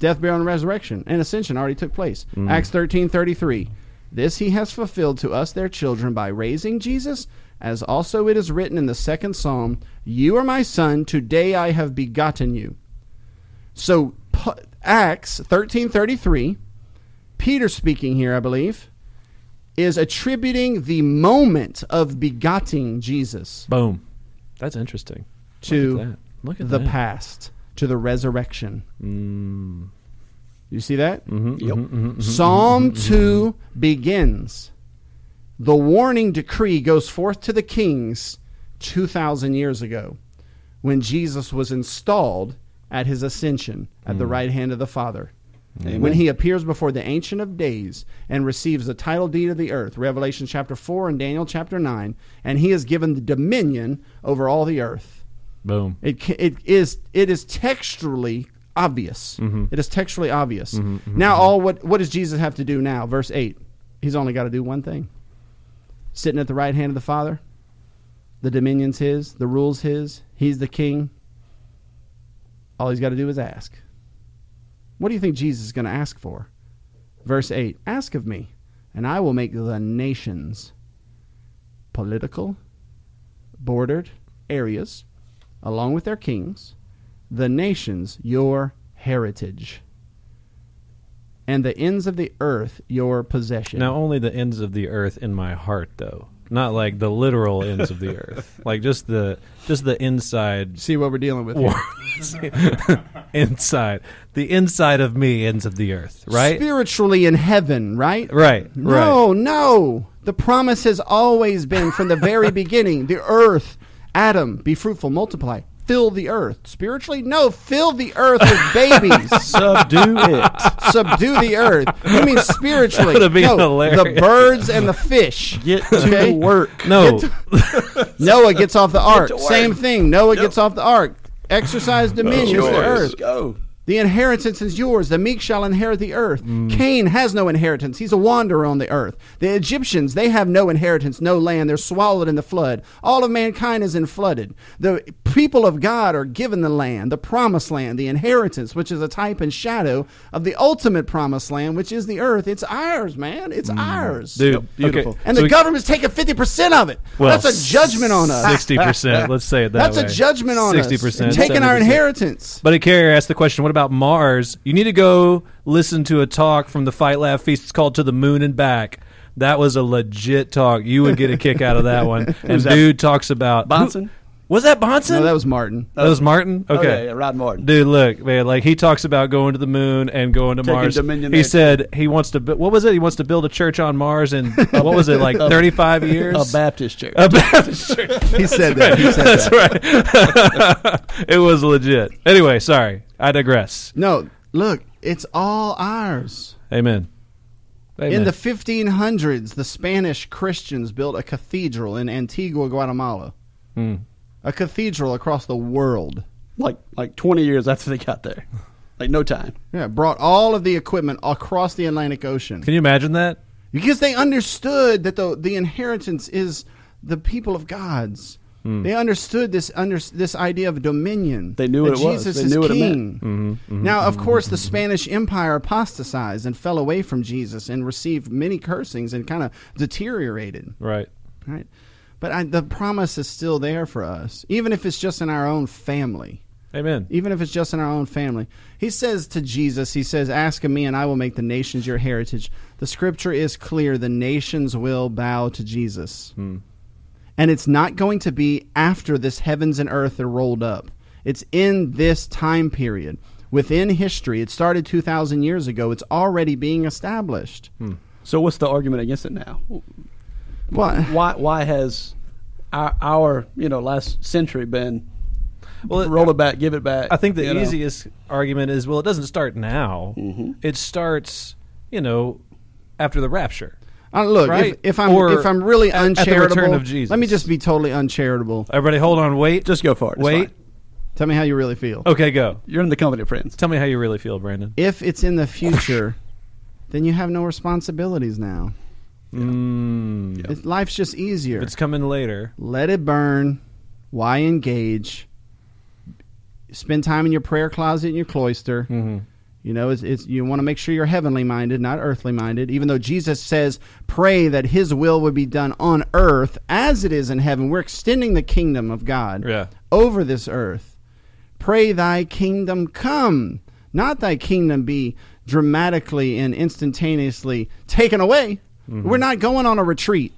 Speaker 2: death burial and resurrection and ascension already took place
Speaker 1: Mm.
Speaker 2: acts thirteen thirty three. this he has fulfilled to us their children by raising jesus as also it is written in the second psalm you are my son today i have begotten you so P- acts 1333 peter speaking here i believe is attributing the moment of begotten jesus
Speaker 1: Boom. That's interesting.
Speaker 2: to
Speaker 1: Look at that. Look at
Speaker 2: the
Speaker 1: that.
Speaker 2: past to the resurrection
Speaker 1: Mm.
Speaker 2: you see that
Speaker 5: Mm-hmm,
Speaker 1: Mhm,
Speaker 4: Yep.
Speaker 1: mhm, mhm.
Speaker 2: Psalm 2
Speaker 1: mm-hmm.
Speaker 2: begins. The warning decree goes forth to the kings 2,000 years ago when Jesus was installed at his ascension at
Speaker 1: Mm.
Speaker 2: the right hand of the Father. When he appears before the Ancient of Days and receives the title deed of the earth, Revelation chapter 4 and Daniel chapter 9, and he is given the dominion over all the earth.
Speaker 1: Boom.
Speaker 2: It ca- it is it is textually obvious. It is textually obvious. Now, all what what does Jesus have to do now? Verse eight. He's only got to do one thing: sitting at the right hand of the Father. The dominion's his. The rule's his. He's the king. All he's got to do is ask. What do you think Jesus is going to ask for? Verse 8 Ask of me, and I will make the nations political, bordered areas, along with their kings, the nations your heritage, and the ends of the earth your possession.
Speaker 1: Now only the ends of the earth in my heart though. Not like the literal ends of
Speaker 2: [LAUGHS]
Speaker 1: the earth. Like just the just the inside
Speaker 2: See what we're dealing with.
Speaker 1: war- [LAUGHS] inside. The inside of me ends of the earth, right?
Speaker 2: Spiritually in heaven, right?
Speaker 1: Right. Right.
Speaker 2: [LAUGHS] No, no. The promise has always been from the very beginning the earth, Adam, be fruitful, multiply, fill the earth. Spiritually, no, fill the earth with babies. [LAUGHS]
Speaker 4: Subdue it.
Speaker 2: Subdue the earth. You mean spiritually?
Speaker 1: That would've been
Speaker 2: no,
Speaker 1: hilarious.
Speaker 2: The birds and the fish.
Speaker 4: Get to
Speaker 2: Okay.
Speaker 4: work.
Speaker 1: No.
Speaker 2: [LAUGHS] Noah gets off the ark.
Speaker 4: work.
Speaker 2: Same thing. Noah gets off the ark. Exercise dominion to the earth.
Speaker 4: Go.
Speaker 2: The inheritance is yours. The meek shall inherit the earth.
Speaker 1: Mm.
Speaker 2: Cain has no inheritance. He's a wanderer on the earth. The Egyptians, they have no inheritance, no land. They're swallowed in the flood. All of mankind is in flooded. The people of God are given the land, the promised land, the inheritance, which is a type and shadow of the ultimate promised land, which is the earth. It's ours, man. It's ours.
Speaker 1: Mm. Dude,
Speaker 4: beautiful.
Speaker 1: okay.
Speaker 2: And
Speaker 1: So
Speaker 2: the
Speaker 1: we-
Speaker 2: government's taking 50% of it.
Speaker 1: well,
Speaker 2: That's a judgment on us.
Speaker 1: 60%. let's say it that
Speaker 2: That's
Speaker 1: way.
Speaker 2: a judgment on
Speaker 1: 60%,
Speaker 2: us. Taking our
Speaker 1: 70%.
Speaker 2: inheritance.
Speaker 1: But a carrier asked the question, what about Mars? You need to go listen to a talk from the Fight Laugh Feast. It's called To the Moon and Back. That was a legit talk. You would get a kick out of that
Speaker 2: [LAUGHS]
Speaker 1: one. And dude talks about
Speaker 5: Bonson?
Speaker 1: Who- was that Bonson?
Speaker 2: No, that was Martin.
Speaker 1: That was Martin. Okay,
Speaker 4: Oh, yeah, yeah, Rod Martin.
Speaker 1: Dude, look, man, like he talks about going to the moon and going to
Speaker 4: Taking
Speaker 1: Mars.
Speaker 4: dominion
Speaker 1: he
Speaker 4: there.
Speaker 1: said he wants to. bu- What was it? He wants to build a church on Mars in uh, what was it
Speaker 4: [LAUGHS]
Speaker 1: like thirty five years?
Speaker 4: A Baptist church.
Speaker 1: A
Speaker 4: [LAUGHS]
Speaker 1: [LAUGHS] Baptist church.
Speaker 2: He said that. He said
Speaker 1: That's right. [LAUGHS] it was legit. Anyway, sorry. I digress.
Speaker 2: No, look, it's all ours.
Speaker 1: Amen. Amen.
Speaker 2: In the 1500s, the Spanish Christians built a cathedral in Antigua, Guatemala.
Speaker 1: Hmm.
Speaker 2: A cathedral across the world.
Speaker 4: like like 20 years after they got there. Like no time.
Speaker 2: Yeah, brought all of the equipment across the Atlantic Ocean.
Speaker 1: Can you imagine that?
Speaker 2: Because they understood that the, the inheritance is the people of God's. They understood this under, this idea of dominion.
Speaker 4: Hmm. They knew
Speaker 2: that
Speaker 4: what it was.
Speaker 2: Jesus
Speaker 4: They
Speaker 2: is
Speaker 4: knew what it meant. Mm-hmm,
Speaker 2: king. now, of course, the Spanish Empire apostatized and fell away from Jesus and received many cursings and kind of deteriorated.
Speaker 1: Right.
Speaker 2: Right, but I, the promise is still there for us, even if it's just in our own family
Speaker 1: Amen.
Speaker 2: even if it's just in our own family. He says to Jesus, He says, Ask of me, and I will make the nations your heritage. The scripture is clear the nations will bow to Jesus.
Speaker 1: Hmm.
Speaker 2: And it's not going to be after this heavens and earth are rolled up, it's in this time period. Within history, it started 2,000 years ago. It's already being established.
Speaker 1: Hmm.
Speaker 5: So what's the argument against it now?
Speaker 2: Well,
Speaker 5: Why why has our, our you know last century been
Speaker 1: Well, it-
Speaker 5: roll it back, give it back?
Speaker 1: I think the
Speaker 5: you know?
Speaker 1: easiest argument is well, it doesn't start now.
Speaker 2: Mm-hmm.
Speaker 1: It starts, you know, after the rapture.
Speaker 2: uh, look,
Speaker 1: Right.
Speaker 2: if, if I'm
Speaker 1: Or
Speaker 2: if I'm really
Speaker 1: at- at the return
Speaker 2: uncharitable,
Speaker 1: of Jesus.
Speaker 2: let me just be totally uncharitable.
Speaker 1: Everybody, hold on. Wait.
Speaker 4: Just go for it. It's
Speaker 1: Wait.
Speaker 4: fine.
Speaker 2: Tell me how you really feel.
Speaker 1: Okay, go.
Speaker 5: you're in the company of friends.
Speaker 1: Tell me how you really feel, Brandon.
Speaker 2: if it's in the future, then you have no responsibilities now.
Speaker 1: Mm.
Speaker 2: It's, life's just easier.
Speaker 1: If it's coming later.
Speaker 2: Let it burn. Why engage? Spend time in your prayer closet in your cloister. You know, it's, it's you want to make sure you're heavenly minded, not earthly minded. Even though Jesus says, "Pray that His will would be done on earth as it is in heaven." We're extending the kingdom of God
Speaker 1: Yeah.
Speaker 2: over this earth. Pray thy kingdom come, not thy kingdom be dramatically and instantaneously taken away. We're not going on a retreat.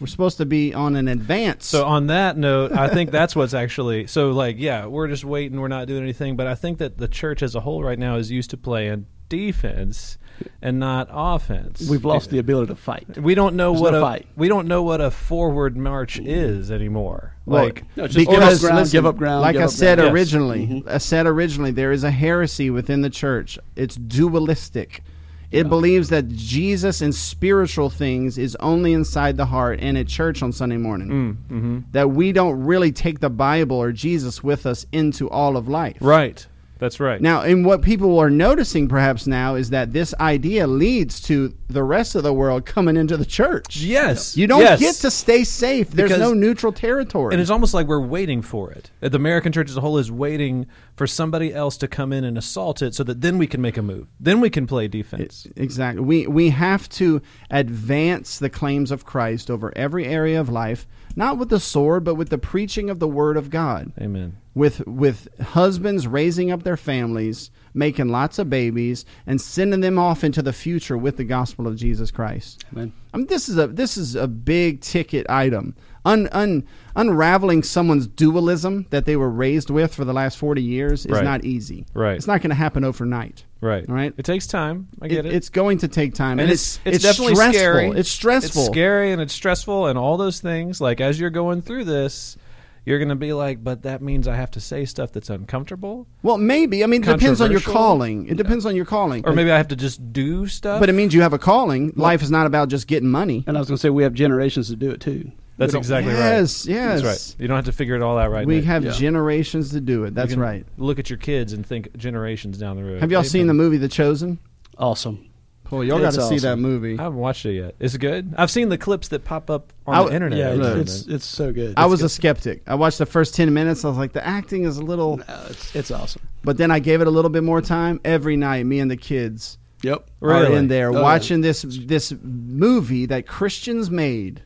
Speaker 2: We're supposed to be on an advance.
Speaker 1: So on that note, I think that's what's actually so like yeah, we're just waiting, we're not doing anything, but I think that the church as a whole right now is used to playing defense and not offense.
Speaker 5: We've lost the ability to fight.
Speaker 1: we don't know
Speaker 5: There's
Speaker 1: what
Speaker 5: no
Speaker 1: a
Speaker 5: fight.
Speaker 1: we don't know what a forward march is anymore.
Speaker 2: Well,
Speaker 1: Like
Speaker 5: No, just give up
Speaker 2: because,
Speaker 5: ground, give up ground, Mm-hmm.
Speaker 2: Like
Speaker 5: give
Speaker 2: I
Speaker 5: up
Speaker 2: said
Speaker 1: ground. Yes.
Speaker 2: originally, I said originally, there is a heresy within the church. It's dualistic. It believes that Jesus and spiritual things is only inside the heart and at church on Sunday morning.
Speaker 5: Mm, mm-hmm.
Speaker 2: That we don't really take the Bible or Jesus with us into all of life.
Speaker 1: right. That's right.
Speaker 2: Now, and what people are noticing perhaps now is that this idea leads to the rest of the world coming into the church.
Speaker 1: yes.
Speaker 2: You don't
Speaker 1: yes.
Speaker 2: get to stay safe. There's
Speaker 1: Because-
Speaker 2: no neutral territory.
Speaker 1: and it's almost like we're waiting for it. That The American church as a whole is waiting for somebody else to come in and assault it so that then we can make a move. Then we can play defense.
Speaker 2: Exactly. We we have to advance the claims of Christ over every area of life, not with the sword, but with the preaching of the word of God.
Speaker 1: Amen.
Speaker 2: With with husbands raising up their families, making lots of babies, and sending them off into the future with the gospel of Jesus Christ.
Speaker 5: Amen.
Speaker 2: I mean, this is a this is a big ticket item. Un, un, unraveling someone's dualism that they were raised with for the last forty years is
Speaker 1: Right.
Speaker 2: not easy.
Speaker 1: Right.
Speaker 2: It's not going to happen overnight.
Speaker 1: Right.
Speaker 2: All right.
Speaker 1: It takes time. I get
Speaker 2: It-
Speaker 1: it.
Speaker 2: It's going to take time, and,
Speaker 1: and
Speaker 2: it's,
Speaker 1: it's it's, definitely
Speaker 2: stressful.
Speaker 1: scary.
Speaker 2: It's stressful.
Speaker 1: It's scary and it's stressful and all those things. Like as you're going through this, you're going to be like, but that means I have to say stuff that's uncomfortable,
Speaker 2: Well, maybe. I mean, it depends on your
Speaker 1: Controversial.
Speaker 2: calling. It depends on your calling.
Speaker 1: or maybe I have to just do stuff.
Speaker 2: but it means you have a calling. Life is not about just getting money.
Speaker 5: And I was going to say we have generations to do it too.
Speaker 1: that's
Speaker 5: We don't-
Speaker 1: exactly
Speaker 2: yes,
Speaker 1: right.
Speaker 2: yes.
Speaker 1: That's right. You don't have to figure it all out right.
Speaker 2: we
Speaker 1: Nick.
Speaker 2: have
Speaker 5: Yeah.
Speaker 2: generations to do it.
Speaker 1: You
Speaker 2: That's
Speaker 1: can
Speaker 2: right.
Speaker 1: Look at your kids and think generations down the road.
Speaker 2: Have y'all
Speaker 1: They've
Speaker 2: seen the
Speaker 1: been-
Speaker 2: movie The Chosen?
Speaker 5: Awesome.
Speaker 2: Cool. Y'all got
Speaker 4: It's
Speaker 2: to see
Speaker 4: awesome.
Speaker 2: that movie.
Speaker 1: I haven't watched it yet. It's good. I've seen the clips that pop up on
Speaker 2: I-
Speaker 1: the internet.
Speaker 5: Yeah,
Speaker 1: It's-
Speaker 5: it's,
Speaker 2: Look.
Speaker 5: it's it's so good.
Speaker 2: I
Speaker 5: It's
Speaker 2: was
Speaker 5: good.
Speaker 2: a skeptic. I watched the first 10 minutes. I was like, the acting is a little.
Speaker 4: No, it's, it's awesome.
Speaker 2: But then I gave it a little bit more time. Every night, me and the kids
Speaker 4: Yep.
Speaker 2: are
Speaker 1: Really?
Speaker 2: in there
Speaker 4: Oh, yeah.
Speaker 2: watching this this movie that Christians made.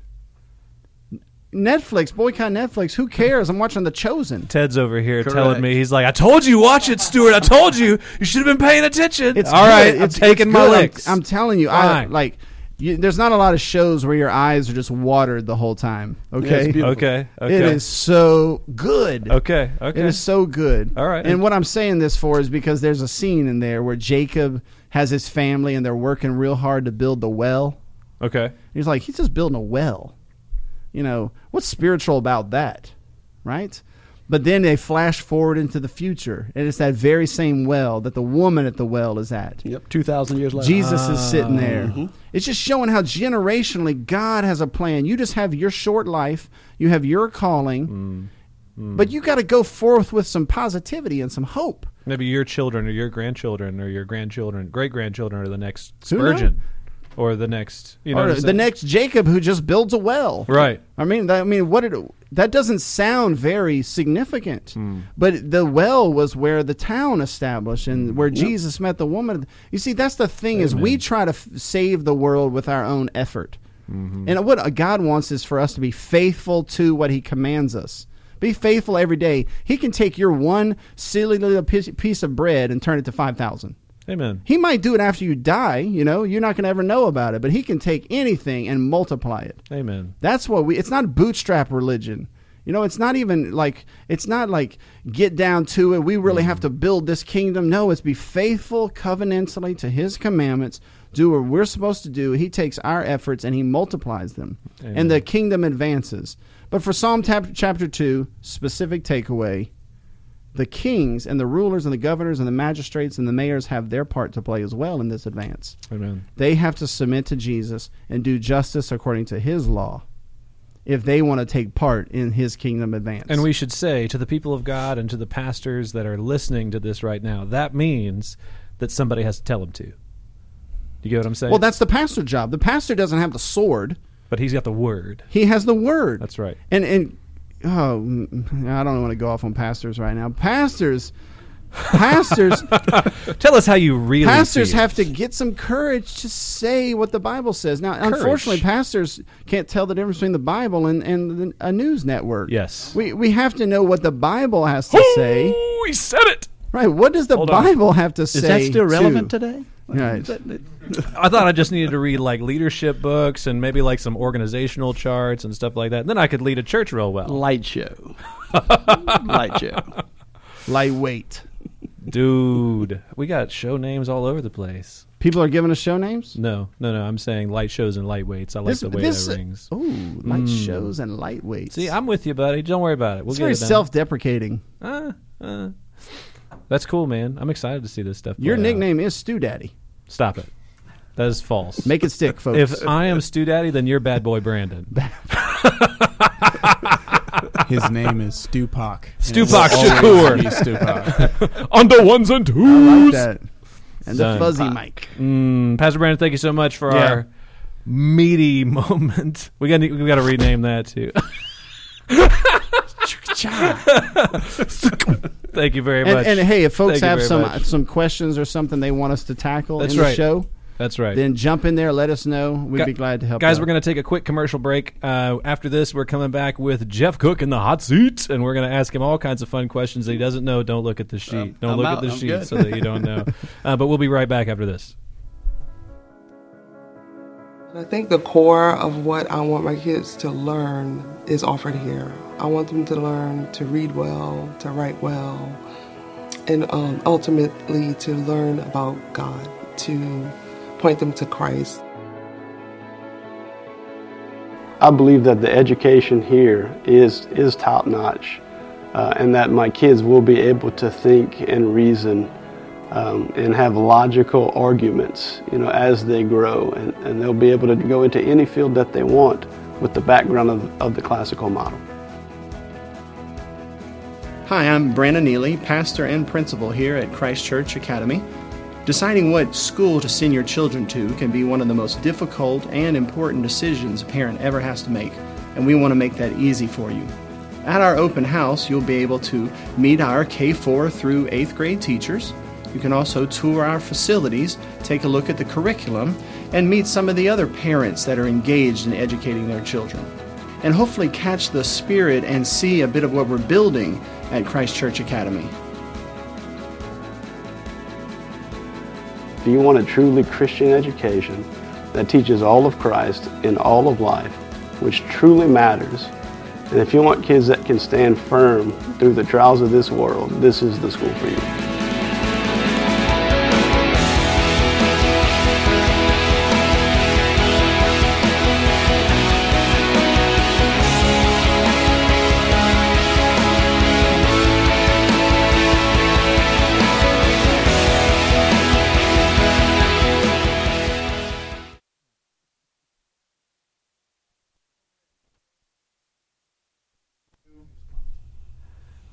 Speaker 2: Netflix, boycott Netflix. Who cares? I'm watching The Chosen.
Speaker 1: Ted's over here
Speaker 4: Correct.
Speaker 1: telling me he's like, "I told you, watch it, Stuart. I told you, you should have been paying attention."
Speaker 2: It's
Speaker 1: all right.
Speaker 2: good.
Speaker 1: I'm
Speaker 2: It's-
Speaker 1: taking
Speaker 2: it's
Speaker 1: my
Speaker 2: good. I'm-
Speaker 1: licks.
Speaker 2: I'm, telling you, I
Speaker 1: Fine.
Speaker 2: like. You, there's not a lot of shows where your eyes are just watered the whole time. Okay,
Speaker 4: beautiful.
Speaker 1: okay. Okay.
Speaker 2: it is so good.
Speaker 1: Okay. Okay.
Speaker 2: It is so good.
Speaker 1: All right.
Speaker 2: And what I'm saying this for is because there's a scene in there where Jacob has his family and they're working real hard to build the well.
Speaker 1: okay.
Speaker 2: He's like, he's just building a well. You know, what's spiritual about that? Right? But then they flash forward into the future, and it's that very same well that the woman at the well is at.
Speaker 5: Yep, two thousand years later.
Speaker 2: Jesus is sitting there. It's just showing how generationally God has a plan. You just have your short life, you have your calling, but you got to go forth with some positivity and some hope.
Speaker 1: Maybe your children or your grandchildren or your grandchildren, great grandchildren, are the next
Speaker 2: Who knows?
Speaker 1: Spurgeon, or the next, you know,
Speaker 2: or
Speaker 1: what I'm
Speaker 2: the
Speaker 1: saying?
Speaker 2: next Jacob who just builds a well.
Speaker 1: Right.
Speaker 2: I mean, that, I mean, what it, that doesn't sound very significant,
Speaker 1: Hmm.
Speaker 2: but the well was where the town established
Speaker 1: Hmm.
Speaker 2: and where Jesus met the woman. You see, that's the thing is we try to f- save the world with our own effort,
Speaker 1: Mm-hmm.
Speaker 2: and what uh, God wants is for us to be faithful to what He commands us. Be faithful every day. He can take your one silly little piece- piece of bread and turn it to five thousand.
Speaker 1: Amen.
Speaker 2: He might do it after you die. You know, you're not going to ever know about it, but He can take anything and multiply it.
Speaker 1: Amen.
Speaker 2: That's what we. It's not bootstrap religion. You know, it's not even like it's not like get down to it. We really have to build this kingdom. No, it's be faithful covenantally to His commandments. Do what we're supposed to do. He takes our efforts and He multiplies them, and the kingdom advances. But for Psalm tap- chapter two, specific takeaway: the kings and the rulers and the governors and the magistrates and the mayors have their part to play as well in this advance.
Speaker 1: Amen.
Speaker 2: They have to submit to Jesus and do justice according to his law if they want to take part in his kingdom advance.
Speaker 1: And we should say to the people of God and to the pastors that are listening to this right now, that means that somebody has to tell them to. You get what I'm saying?
Speaker 2: Well, that's the pastor's job. The pastor doesn't have the sword.
Speaker 1: but he's got the word.
Speaker 2: He has the word.
Speaker 1: That's [LAUGHS] right.
Speaker 2: And and oh, mm, I don't want to go off on pastors right now. Pastors
Speaker 1: [LAUGHS]
Speaker 2: pastors
Speaker 1: Tell us how you really
Speaker 2: pastors
Speaker 1: feel.
Speaker 2: have to get some courage to say what the Bible says. Now, unfortunately, pastors can't tell the difference between the Bible and, and the- a news network.
Speaker 1: Yes.
Speaker 2: We we have to know what the Bible has to say.
Speaker 1: Ooh, he said it.
Speaker 2: Right. What does the
Speaker 1: Hold on.
Speaker 2: Bible have to say?
Speaker 4: Is that still relevant
Speaker 2: To,
Speaker 4: today?
Speaker 2: Right.
Speaker 4: Is that-
Speaker 1: I thought I just needed to read like leadership books and maybe like some organizational charts and stuff like that. And then I could lead a church real well.
Speaker 4: light [LAUGHS] show. light show.
Speaker 2: lightweight.
Speaker 1: Dude, we got show names all over the place.
Speaker 2: People are giving us show names.
Speaker 1: No, no, no. I'm saying light shows and lightweights. I like the way that
Speaker 2: Oh,
Speaker 1: rings. Hmm.
Speaker 2: Ooh, light shows and lightweights.
Speaker 1: See, I'm with you, buddy. Don't worry about it. We'll
Speaker 2: it's
Speaker 1: get
Speaker 2: very
Speaker 1: it done.
Speaker 2: self-deprecating.
Speaker 1: Uh, uh. That's cool, man. I'm excited to see this stuff.
Speaker 2: Your
Speaker 1: play out.
Speaker 2: nickname is Stew Daddy.
Speaker 1: Stop it. That is false.
Speaker 2: Make it stick, folks.
Speaker 1: [LAUGHS] if I am Stu Daddy, then you're Bad Boy
Speaker 2: [LAUGHS]
Speaker 1: Brandon.
Speaker 3: [LAUGHS] His name is
Speaker 2: [LAUGHS]
Speaker 3: Stupac.
Speaker 1: Stupac Shakur.
Speaker 3: Shakur. Stupac.
Speaker 1: [LAUGHS] On the ones and
Speaker 2: I
Speaker 1: twos.
Speaker 2: like that. And
Speaker 1: Son.
Speaker 2: the
Speaker 1: [LAUGHS]
Speaker 2: fuzzy mic.
Speaker 1: Mm, Pastor Brandon, thank you so much for
Speaker 2: Yeah.
Speaker 1: our meaty [LAUGHS] moment. We got we got to rename that too. [LAUGHS] thank you very much.
Speaker 2: [LAUGHS] And, and hey, if folks
Speaker 1: Thank you
Speaker 2: have
Speaker 1: very
Speaker 2: some uh,
Speaker 1: much.
Speaker 2: some questions or something they want us to tackle
Speaker 1: That's
Speaker 2: in the
Speaker 1: right.
Speaker 2: show,
Speaker 1: That's right.
Speaker 2: then jump in there. Let us know. We'd
Speaker 1: Gu-
Speaker 2: be glad to help.
Speaker 1: Guys,
Speaker 2: out.
Speaker 1: we're going to take a quick commercial break. Uh, after this, we're coming back with Jeff Cook in the hot seat, and we're going to ask him all kinds of fun questions that he doesn't know. Don't look at the sheet. Don't
Speaker 4: Uh, I'm
Speaker 1: look
Speaker 4: out.
Speaker 1: at the
Speaker 4: I'm
Speaker 1: sheet
Speaker 4: good.
Speaker 1: so that you
Speaker 4: [LAUGHS]
Speaker 1: don't know. Uh, but we'll be right back after this.
Speaker 6: I think the core of what I want my kids to learn is offered here. I want them to learn to read well, to write well, and um, ultimately to learn about God, to point them to Christ.
Speaker 7: I believe that the education here is is top notch, uh, and that my kids will be able to think and reason um, and have logical arguments, you know, as they grow, and, and they'll be able to go into any field that they want with the background of, of the classical model.
Speaker 2: Hi, I'm Brandon Neely, pastor and principal here at Christ Church Academy.
Speaker 8: Deciding what school to send your children to can be one of the most difficult and important decisions a parent ever has to make, and we want to make that easy for you. At our open house, you'll be able to meet our K 4 through 8th grade teachers. You can also tour our facilities, take a look at the curriculum, and meet some of the other parents that are engaged in educating their children. And hopefully, catch the spirit and see a bit of what we're building at Christ Church Academy.
Speaker 7: If you want a truly Christian education that teaches all of Christ in all of life, which truly matters, and if you want kids that can stand firm through the trials of this world, this is the school for you.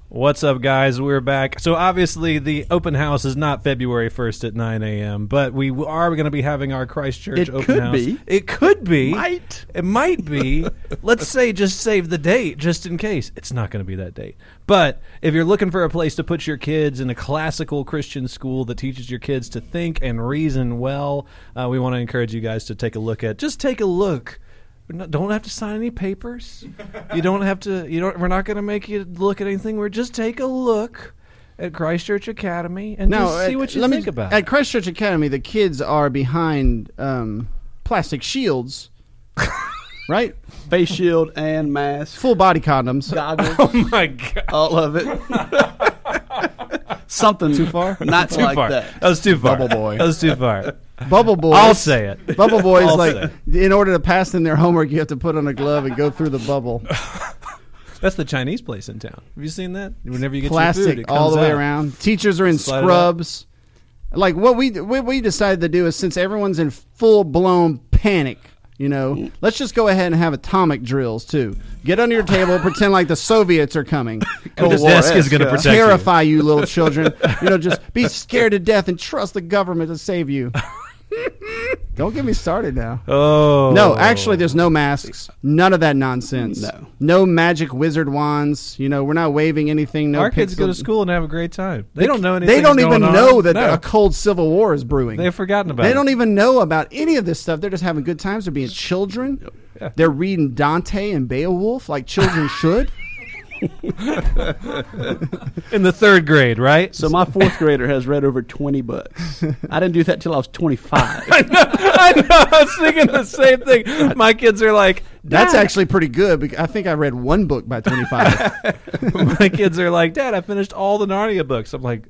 Speaker 1: What's up, guys? We're back. So obviously, the open house is not February first at nine a.m., but we are going to be having our Christchurch
Speaker 4: It
Speaker 1: open
Speaker 4: could
Speaker 1: house.
Speaker 4: be.
Speaker 1: It could be.
Speaker 4: Might.
Speaker 1: It might be. Let's say just save the date just in case. It's not going to be that date. But if you're looking for a place to put your kids in a classical Christian school that teaches your kids to think and reason well, uh, we want to encourage you guys to take a look at. Just take a look. We're not, don't have to sign any papers. You don't have to. You don't. We're not going to make you look at anything. We're just take a look at Christchurch Academy and
Speaker 2: No,
Speaker 1: just see
Speaker 2: at-
Speaker 1: what you
Speaker 2: uh, let me-
Speaker 1: think about.
Speaker 2: [LAUGHS] At
Speaker 1: it.
Speaker 2: Christchurch Academy, the kids are behind um,
Speaker 1: [LAUGHS]
Speaker 2: plastic shields, right?
Speaker 4: Face shield and mask,
Speaker 2: Full body condoms.
Speaker 4: goggles,
Speaker 1: oh my god.
Speaker 4: all of
Speaker 5: [LAUGHS]
Speaker 4: it. Something too far, not
Speaker 1: [LAUGHS] too
Speaker 4: like
Speaker 1: far.
Speaker 4: that.
Speaker 5: Uh,
Speaker 1: was too far.
Speaker 3: Double boy.
Speaker 1: That was too far.
Speaker 2: Bubble boys.
Speaker 1: I'll say [LAUGHS] it.
Speaker 2: Bubble boys,
Speaker 1: I'll
Speaker 2: like
Speaker 1: say
Speaker 2: in order to pass in their homework, you have to put on a glove and go through the
Speaker 1: [LAUGHS]
Speaker 2: bubble.
Speaker 1: That's the Chinese place in town. Have you seen that? Whenever you get your food,
Speaker 2: plastic
Speaker 1: it
Speaker 2: all
Speaker 1: comes
Speaker 2: the way
Speaker 1: out.
Speaker 2: around. Teachers are in
Speaker 1: Slide it up.
Speaker 2: scrubs. Like what we what we decided to do is since everyone's in full blown panic, you know, let's just go ahead and have atomic drills too. Get under your table, pretend like the Soviets
Speaker 1: [LAUGHS]
Speaker 2: are coming.
Speaker 1: But this
Speaker 4: Cold War
Speaker 1: desk is going to
Speaker 4: esque, yeah.
Speaker 1: protect you.
Speaker 2: Terrify you.
Speaker 1: [LAUGHS]
Speaker 2: little children. You know, just be scared to death and trust the government to
Speaker 1: [LAUGHS]
Speaker 2: save you. Don't get me started now.
Speaker 1: Oh
Speaker 2: No, actually, there's no masks. None of that nonsense.
Speaker 4: No.
Speaker 2: No magic wizard wands. You know, we're not waving anything. No
Speaker 1: our kids
Speaker 2: pixel-
Speaker 1: go to school and have a great time. They don't know anything.
Speaker 2: they don't even know that
Speaker 1: no.
Speaker 2: a cold civil war is brewing.
Speaker 1: they've forgotten about.
Speaker 2: They
Speaker 1: it.
Speaker 2: don't even know about any of this stuff. They're just having good times. They're being children. They're reading Dante and Beowulf
Speaker 1: [LAUGHS]
Speaker 2: like children should.
Speaker 1: in the third grade, right?
Speaker 4: So my fourth grader has read over twenty books. I didn't do that till I was
Speaker 1: [LAUGHS]
Speaker 4: twenty-five.
Speaker 1: [LAUGHS] I know. I was thinking the same thing. My kids are like,
Speaker 2: That's
Speaker 1: "Dad."
Speaker 2: actually pretty good. Because I think I read one book
Speaker 1: [LAUGHS]
Speaker 2: by 25.
Speaker 1: my kids are like, Dad, I finished all the Narnia books. I'm like,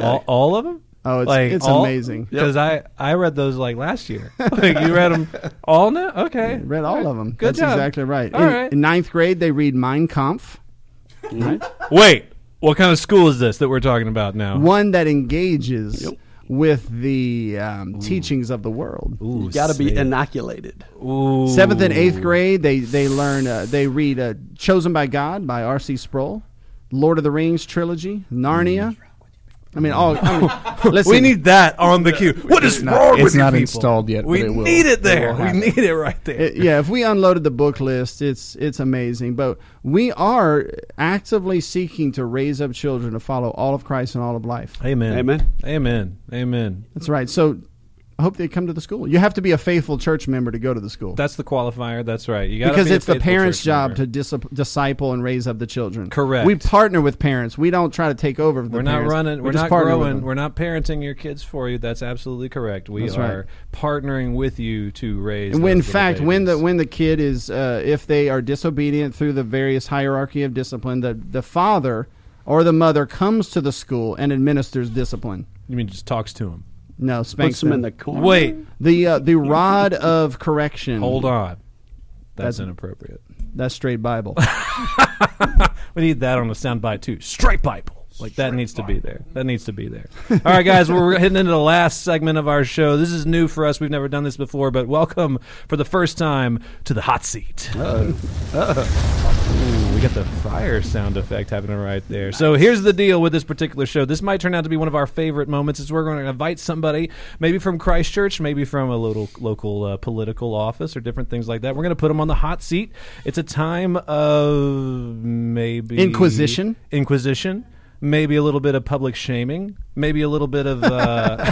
Speaker 1: all, all of them.
Speaker 2: Oh, it's- it's amazing.
Speaker 1: because I I read those like last
Speaker 2: [LAUGHS]
Speaker 1: year. like you read them all now? Okay,
Speaker 2: read all of them.
Speaker 1: Good
Speaker 2: That's
Speaker 1: job.
Speaker 2: exactly right.
Speaker 1: All
Speaker 2: in,
Speaker 1: right.
Speaker 2: in ninth grade, they read Mein Kampf,
Speaker 1: Wait, what kind of school is this that we're talking about now?
Speaker 2: one that engages with the um, teachings of the world.
Speaker 1: Ooh,
Speaker 4: Got to be
Speaker 1: sick.
Speaker 4: inoculated.
Speaker 1: Ooh.
Speaker 2: Seventh and eighth grade, they they learn uh, they read uh, "Chosen by God" by R.C. Sproul, Lord of the Rings trilogy, Narnia. I mean, all. I
Speaker 1: [LAUGHS]
Speaker 2: mean, listen,
Speaker 1: Mm. We need that on the queue. What is
Speaker 3: not-
Speaker 1: wrong
Speaker 3: it's
Speaker 1: with you
Speaker 3: not
Speaker 1: people?
Speaker 3: installed yet, but
Speaker 1: We
Speaker 3: it will-
Speaker 1: need
Speaker 3: it
Speaker 1: it there.
Speaker 3: will
Speaker 1: we
Speaker 3: happen.
Speaker 1: need it right there.
Speaker 2: it- yeah, if we unloaded the book list, it's it's amazing. But we are actively seeking to raise up children to follow all of Christ and all of life.
Speaker 1: Amen.
Speaker 4: Amen.
Speaker 1: Amen. Amen.
Speaker 2: That's right. So. I hope they come to the school. You have to be a faithful church member to go to the school.
Speaker 1: That's the qualifier. That's right. You got
Speaker 2: because it's the parents' job to disip- disciple and raise up the children.
Speaker 1: Correct.
Speaker 2: We partner with parents. We don't try to take over. The
Speaker 1: We're not
Speaker 2: parents.
Speaker 1: running. We're,
Speaker 2: just
Speaker 1: not
Speaker 2: partner with
Speaker 1: growing.
Speaker 2: them.
Speaker 1: We're not parenting your kids for you. That's absolutely correct. We
Speaker 2: That's right.
Speaker 1: are partnering with you to raise.
Speaker 2: And when, in
Speaker 1: those little
Speaker 2: fact, when the
Speaker 1: babies.
Speaker 2: when the kid is, uh, if they are disobedient through the various hierarchy of discipline, the the father or the mother comes to the school and administers discipline.
Speaker 1: you mean just talks to him.
Speaker 2: No, spanks
Speaker 4: Puts them in
Speaker 2: them.
Speaker 4: the
Speaker 5: Mm-hmm.
Speaker 4: corner.
Speaker 1: Wait,
Speaker 2: the uh, the rod of correction.
Speaker 1: hold on. That's,
Speaker 2: That's-
Speaker 1: inappropriate.
Speaker 2: That's
Speaker 1: [LAUGHS]
Speaker 2: straight Bible.
Speaker 1: We need that on a soundbite too. Straight Bible. Like that needs to be there. That needs to be there. All right, guys,
Speaker 2: [LAUGHS]
Speaker 1: we're hitting into the last segment of our show. This is new for us. We've never done this before, but welcome for the first time to the hot seat. Ooh, we got the fire sound effect happening right there. So here's the deal with this particular show. This might turn out to be one of our favorite moments. Is we're going to invite somebody, maybe from Christchurch, maybe from a little local uh, political office or different things like that. We're going to put them on the hot seat. It's a time of maybe
Speaker 2: Inquisition?
Speaker 1: inquisition. Maybe a little bit of public shaming. Maybe a little bit of
Speaker 5: [LAUGHS]
Speaker 1: uh,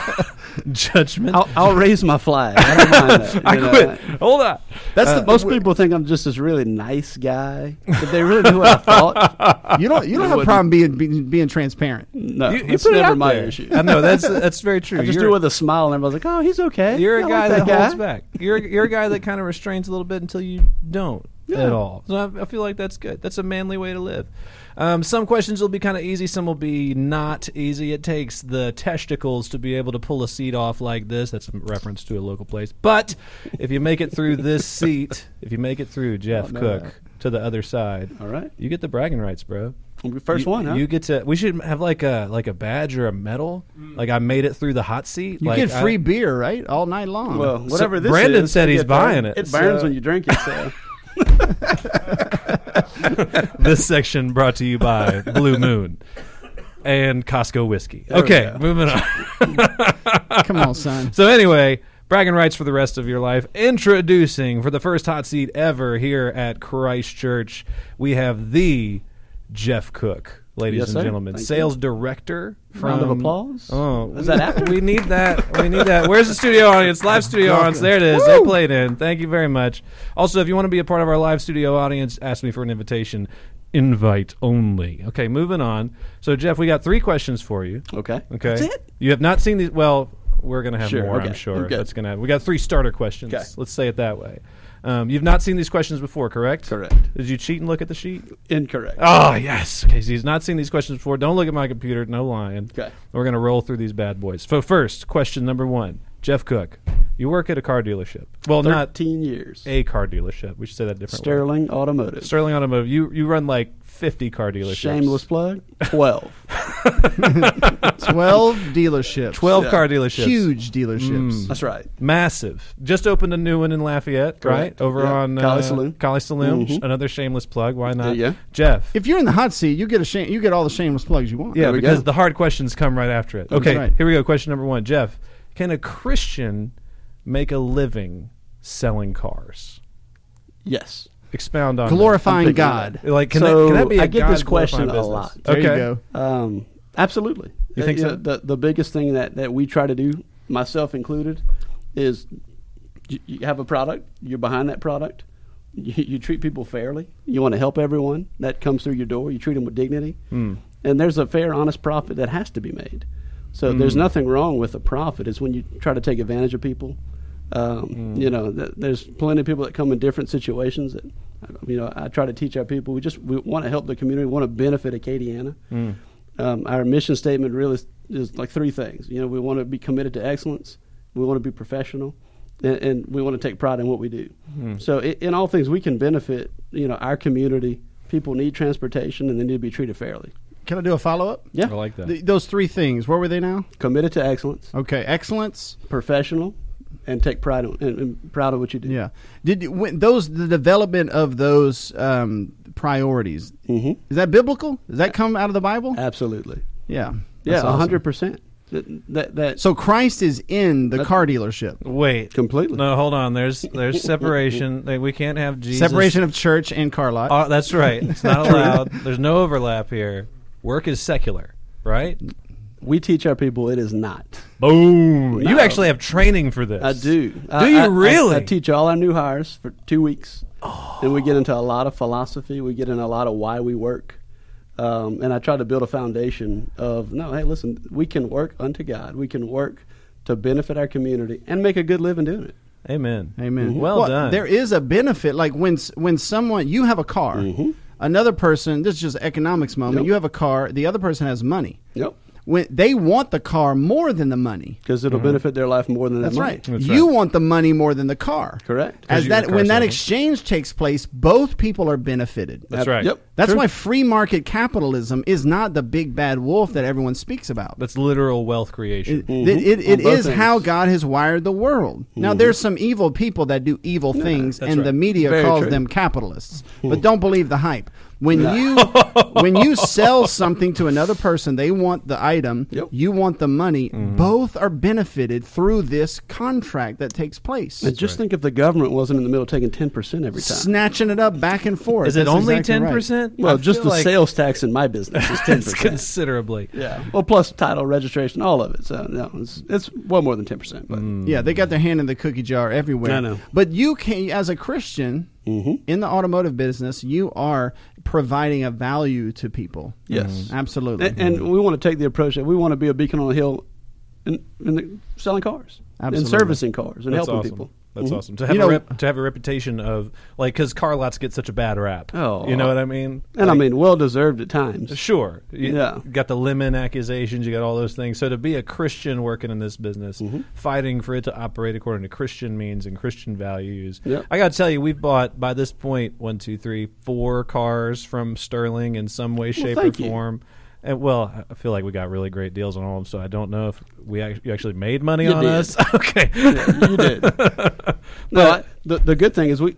Speaker 1: judgment.
Speaker 5: I'll, I'll raise my flag. I don't mind
Speaker 1: [LAUGHS]
Speaker 5: that.
Speaker 1: I
Speaker 5: you know.
Speaker 1: quit. Hold on.
Speaker 5: That's the, most people think I'm just this really nice guy. If they really knew what
Speaker 1: [LAUGHS]
Speaker 5: I thought,
Speaker 2: You don't. You don't have a problem being, being being transparent.
Speaker 3: Mm.
Speaker 5: no,
Speaker 1: You, you
Speaker 5: it's
Speaker 1: put it
Speaker 5: never
Speaker 1: out
Speaker 5: my
Speaker 1: there.
Speaker 5: issue.
Speaker 1: I know that's that's very true.
Speaker 5: [LAUGHS] I just
Speaker 1: You're-
Speaker 5: do it with a smile, and everybody's like, "Oh, he's okay."
Speaker 1: You're a
Speaker 5: I like
Speaker 1: guy that,
Speaker 5: guy.
Speaker 1: holds back. You're you're a guy that kind of restrains a little bit until you don't at all. So I, I feel like that's good. That's a manly way to live. Um, some questions will be kind of easy. Some will be not easy. It takes the testicles to be able to pull a seat off like this. That's a reference to a local place. But if you make it through this seat, if you make it through Jeff Cook to the other side,
Speaker 5: All right.
Speaker 1: you get the bragging rights, bro.
Speaker 5: First
Speaker 1: You-
Speaker 5: one, huh?
Speaker 1: You get to. We should have like a like a badge or a medal. Like I made it through the hot seat.
Speaker 2: You
Speaker 1: like
Speaker 2: get
Speaker 1: I-
Speaker 2: free beer, right, all night long.
Speaker 5: well, whatever this
Speaker 1: Brandon
Speaker 5: is,
Speaker 1: said
Speaker 5: it
Speaker 1: he's
Speaker 5: burns-
Speaker 1: buying it,
Speaker 5: It burns
Speaker 1: so-
Speaker 5: when you drink
Speaker 1: [LAUGHS]
Speaker 5: it. So.
Speaker 1: this section brought to you by Blue Moon and Costco whiskey. Okay, moving on. [LAUGHS]
Speaker 2: Come on, son.
Speaker 1: So anyway, bragging rights for the rest of your life. Introducing for the first hot seat ever here at Christchurch, we have the Jeff Cook. Ladies
Speaker 5: Yes,
Speaker 1: and
Speaker 5: sir.
Speaker 1: gentlemen,
Speaker 5: Thank
Speaker 1: sales director. From,
Speaker 5: Round of applause?
Speaker 1: Um, Oh, [LAUGHS]
Speaker 5: Is that after?
Speaker 1: We need that. We need that. Where's the studio audience? Live studio audience. There it is. They played in. Thank you very much. Also, if you want to be a part of our live studio audience, ask me for an invitation. Invite only. Okay, moving on. So, Jeff, we got three questions for you.
Speaker 5: Okay.
Speaker 1: Okay.
Speaker 5: That's it?
Speaker 1: You have not seen these. Well, we're gonna have
Speaker 5: Sure,
Speaker 1: more.
Speaker 5: okay.
Speaker 1: I'm sure.
Speaker 5: Okay.
Speaker 1: That's gonna. We got three starter questions.
Speaker 5: Okay.
Speaker 1: Let's say it that way. Um, you've not seen these questions before, correct?
Speaker 5: Correct.
Speaker 1: Did you cheat and look at the sheet?
Speaker 5: Incorrect.
Speaker 1: Oh yes. Okay. So he's not seen these questions before. Don't look at my computer. No lying.
Speaker 5: Okay.
Speaker 1: We're gonna roll through these bad boys. So first, question number one. Jeff Cook, you work at a car dealership. Well, not
Speaker 5: Thirteen years.
Speaker 1: a car dealership. We should say that differently.
Speaker 5: Sterling Automotive.
Speaker 1: Sterling Automotive. You you run like 50 car dealerships. [LAUGHS]
Speaker 5: Shameless plug. Twelve.
Speaker 2: Twelve dealerships.
Speaker 1: 12
Speaker 5: Yeah.
Speaker 1: car dealerships. Mm.
Speaker 2: huge dealerships.
Speaker 5: That's right.
Speaker 1: Massive. Just opened a new one in Lafayette,
Speaker 5: Correct.
Speaker 1: right? Over
Speaker 5: Yeah.
Speaker 1: on
Speaker 5: Collie Saloon.
Speaker 1: Collie Saloon.
Speaker 5: Mhm.
Speaker 1: Another shameless plug. Why not?
Speaker 5: Yeah, yeah.
Speaker 1: Jeff.
Speaker 2: If you're in the hot seat, you get a shame. You get all the shameless plugs you want.
Speaker 1: yeah,
Speaker 5: there we
Speaker 1: because
Speaker 5: go.
Speaker 1: the hard questions come right after it. Okay,
Speaker 2: right.
Speaker 1: here we go. Question number one, Jeff. Can a Christian make a living selling cars?
Speaker 5: Yes.
Speaker 1: Expound on
Speaker 2: glorifying
Speaker 5: I'm thinking
Speaker 2: God.
Speaker 5: that.
Speaker 1: that. Like, can,
Speaker 5: So,
Speaker 1: that, can that be? a
Speaker 5: I get this
Speaker 1: God-glorifying
Speaker 5: question a
Speaker 1: business?
Speaker 5: lot.
Speaker 2: There you
Speaker 1: Okay.
Speaker 2: go.
Speaker 5: Um, absolutely. Uh,
Speaker 1: You think so?
Speaker 5: the, the biggest thing that, that we try to do, myself included, is you, you have a product, you're behind that product, you, you treat people fairly, you want to help everyone that comes through your door, you treat them with dignity,
Speaker 1: Hmm.
Speaker 5: and there's a fair, honest profit that has to be made. So there's nothing wrong with a profit. It's when you try to take advantage of people. Um, You know, th- there's plenty of people that come in different situations. That you know, I try to teach our people. We just we want to help the community. We want to benefit Acadiana. Um, our mission statement really is, is like three things. You know, we want to be committed to excellence. We want to be professional, and, and we want to take pride in what we do. So, i in all things, we can benefit. You know, our community. People need transportation, and they need to be treated fairly.
Speaker 2: Can I do a follow up?
Speaker 5: Yeah,
Speaker 1: I like that.
Speaker 2: Th- those three things. Where were they now?
Speaker 5: committed to excellence,
Speaker 2: Okay, excellence.
Speaker 5: professional, and take pride in, and, and proud of what you do.
Speaker 2: Yeah. Did you- when those the development of those um, priorities
Speaker 1: Mm-hmm.
Speaker 5: Mhm.
Speaker 2: is that biblical? Does that come out of the Bible?
Speaker 1: Uh,
Speaker 5: absolutely.
Speaker 2: yeah.
Speaker 5: Yeah,
Speaker 2: That's awesome.
Speaker 5: hundred percent. That that, that
Speaker 2: So Christ is in the car dealership.
Speaker 1: Wait.
Speaker 5: completely.
Speaker 1: No, hold on. There's
Speaker 5: [LAUGHS]
Speaker 1: there's separation. Like, we can't have Jesus.
Speaker 2: Separation of church and car lot.
Speaker 1: Uh, that's right. It's
Speaker 5: [LAUGHS]
Speaker 1: not allowed. There's no overlap here. Work is secular, right?
Speaker 5: We teach our people it is not.
Speaker 1: Boom. You
Speaker 5: No.
Speaker 1: actually have training for this.
Speaker 5: I do.
Speaker 1: Do
Speaker 5: I,
Speaker 1: you
Speaker 5: Uh, I- I-
Speaker 1: really?
Speaker 5: I, teach all our new hires for two weeks,
Speaker 2: Oh.
Speaker 5: and we get into a lot of philosophy. We get into a lot of why we work, um, and I try to build a foundation of no. Hey, listen, we can work unto God. We can work to benefit our community and make a good living doing it.
Speaker 1: Amen.
Speaker 2: Amen.
Speaker 1: Well, done.
Speaker 2: There is a benefit, like when s- when someone you have a car, another person. This is just economics moment.
Speaker 5: Yep.
Speaker 2: You have a car. The other person has money.
Speaker 5: Yep.
Speaker 2: when they want the car more than the money.
Speaker 5: because it'll benefit their life more than
Speaker 2: Mm-hmm. That's
Speaker 5: that money.
Speaker 2: right. you want the money more than the car.
Speaker 5: Correct.
Speaker 2: As
Speaker 1: you're a
Speaker 2: that
Speaker 1: car
Speaker 2: when that
Speaker 1: salesman.
Speaker 2: exchange takes place, both people are benefited.
Speaker 1: That's right.
Speaker 5: Yep.
Speaker 2: That's why free market capitalism is not the big bad wolf that everyone speaks about.
Speaker 1: That's literal wealth creation. [LAUGHS]
Speaker 2: It- it- it
Speaker 5: Mm-hmm. On both
Speaker 2: is
Speaker 5: ends. Mm-hmm.
Speaker 2: how God has wired the world. Now, there's some evil people that do evil things, and the media
Speaker 5: Very
Speaker 2: calls
Speaker 5: true. Mm-hmm.
Speaker 2: them capitalists. But don't believe the hype. When
Speaker 5: [LAUGHS]
Speaker 2: you when you sell something to another person, they want the item.
Speaker 5: Yep. Mm-hmm.
Speaker 2: You want the money. Both are benefited through this contract that takes place.
Speaker 5: And just think if the government wasn't in the middle taking ten percent every time.
Speaker 2: Snatching it up back and forth.
Speaker 1: Is it
Speaker 2: That's
Speaker 1: only
Speaker 2: exactly
Speaker 1: ten
Speaker 2: right.
Speaker 1: percent?
Speaker 5: well, just the sales tax in
Speaker 1: [LAUGHS]
Speaker 5: my business is ten
Speaker 1: It's
Speaker 5: percent.
Speaker 1: considerably.
Speaker 5: Yeah. Well, plus title, registration, all of it. So no, it's, it's well more than ten percent. But
Speaker 1: Mm-hmm.
Speaker 2: Yeah, they got their hand in the cookie jar everywhere.
Speaker 5: I know. Mm-hmm.
Speaker 2: But you can, as a Christian in the automotive business, you are providing a value to people. Mm-hmm.
Speaker 5: Yes. Mhm.
Speaker 2: absolutely,
Speaker 5: and, and we want to take the approach that we want to be a beacon on a hill, in, in the, selling cars and
Speaker 2: Absolutely.
Speaker 5: servicing cars and helping
Speaker 1: awesome.
Speaker 5: people. Mm-hmm.
Speaker 1: That's awesome to have
Speaker 2: You
Speaker 1: a
Speaker 2: know-
Speaker 1: rep, to have a reputation of like because car lots get such a bad rap.
Speaker 5: Oh.
Speaker 1: you know what I mean?
Speaker 5: And I mean, well deserved at times.
Speaker 1: Sure. You
Speaker 5: Yeah.
Speaker 1: got the lemon accusations, you got all those things. So to be a Christian working in this business,
Speaker 5: Mm-hmm.
Speaker 1: fighting for it to operate according to Christian means and Christian values.
Speaker 5: Yep.
Speaker 1: I got to tell you, we've bought by this point one, two, three, four cars from Sterling in some way, shape, or
Speaker 5: thank you.
Speaker 1: form. And well, I feel like we got really great deals on all of them, so I don't know if we ac- you actually made money
Speaker 5: You
Speaker 1: on
Speaker 5: did.
Speaker 1: us. [LAUGHS] okay.
Speaker 5: you did. no, I, the the good thing is we.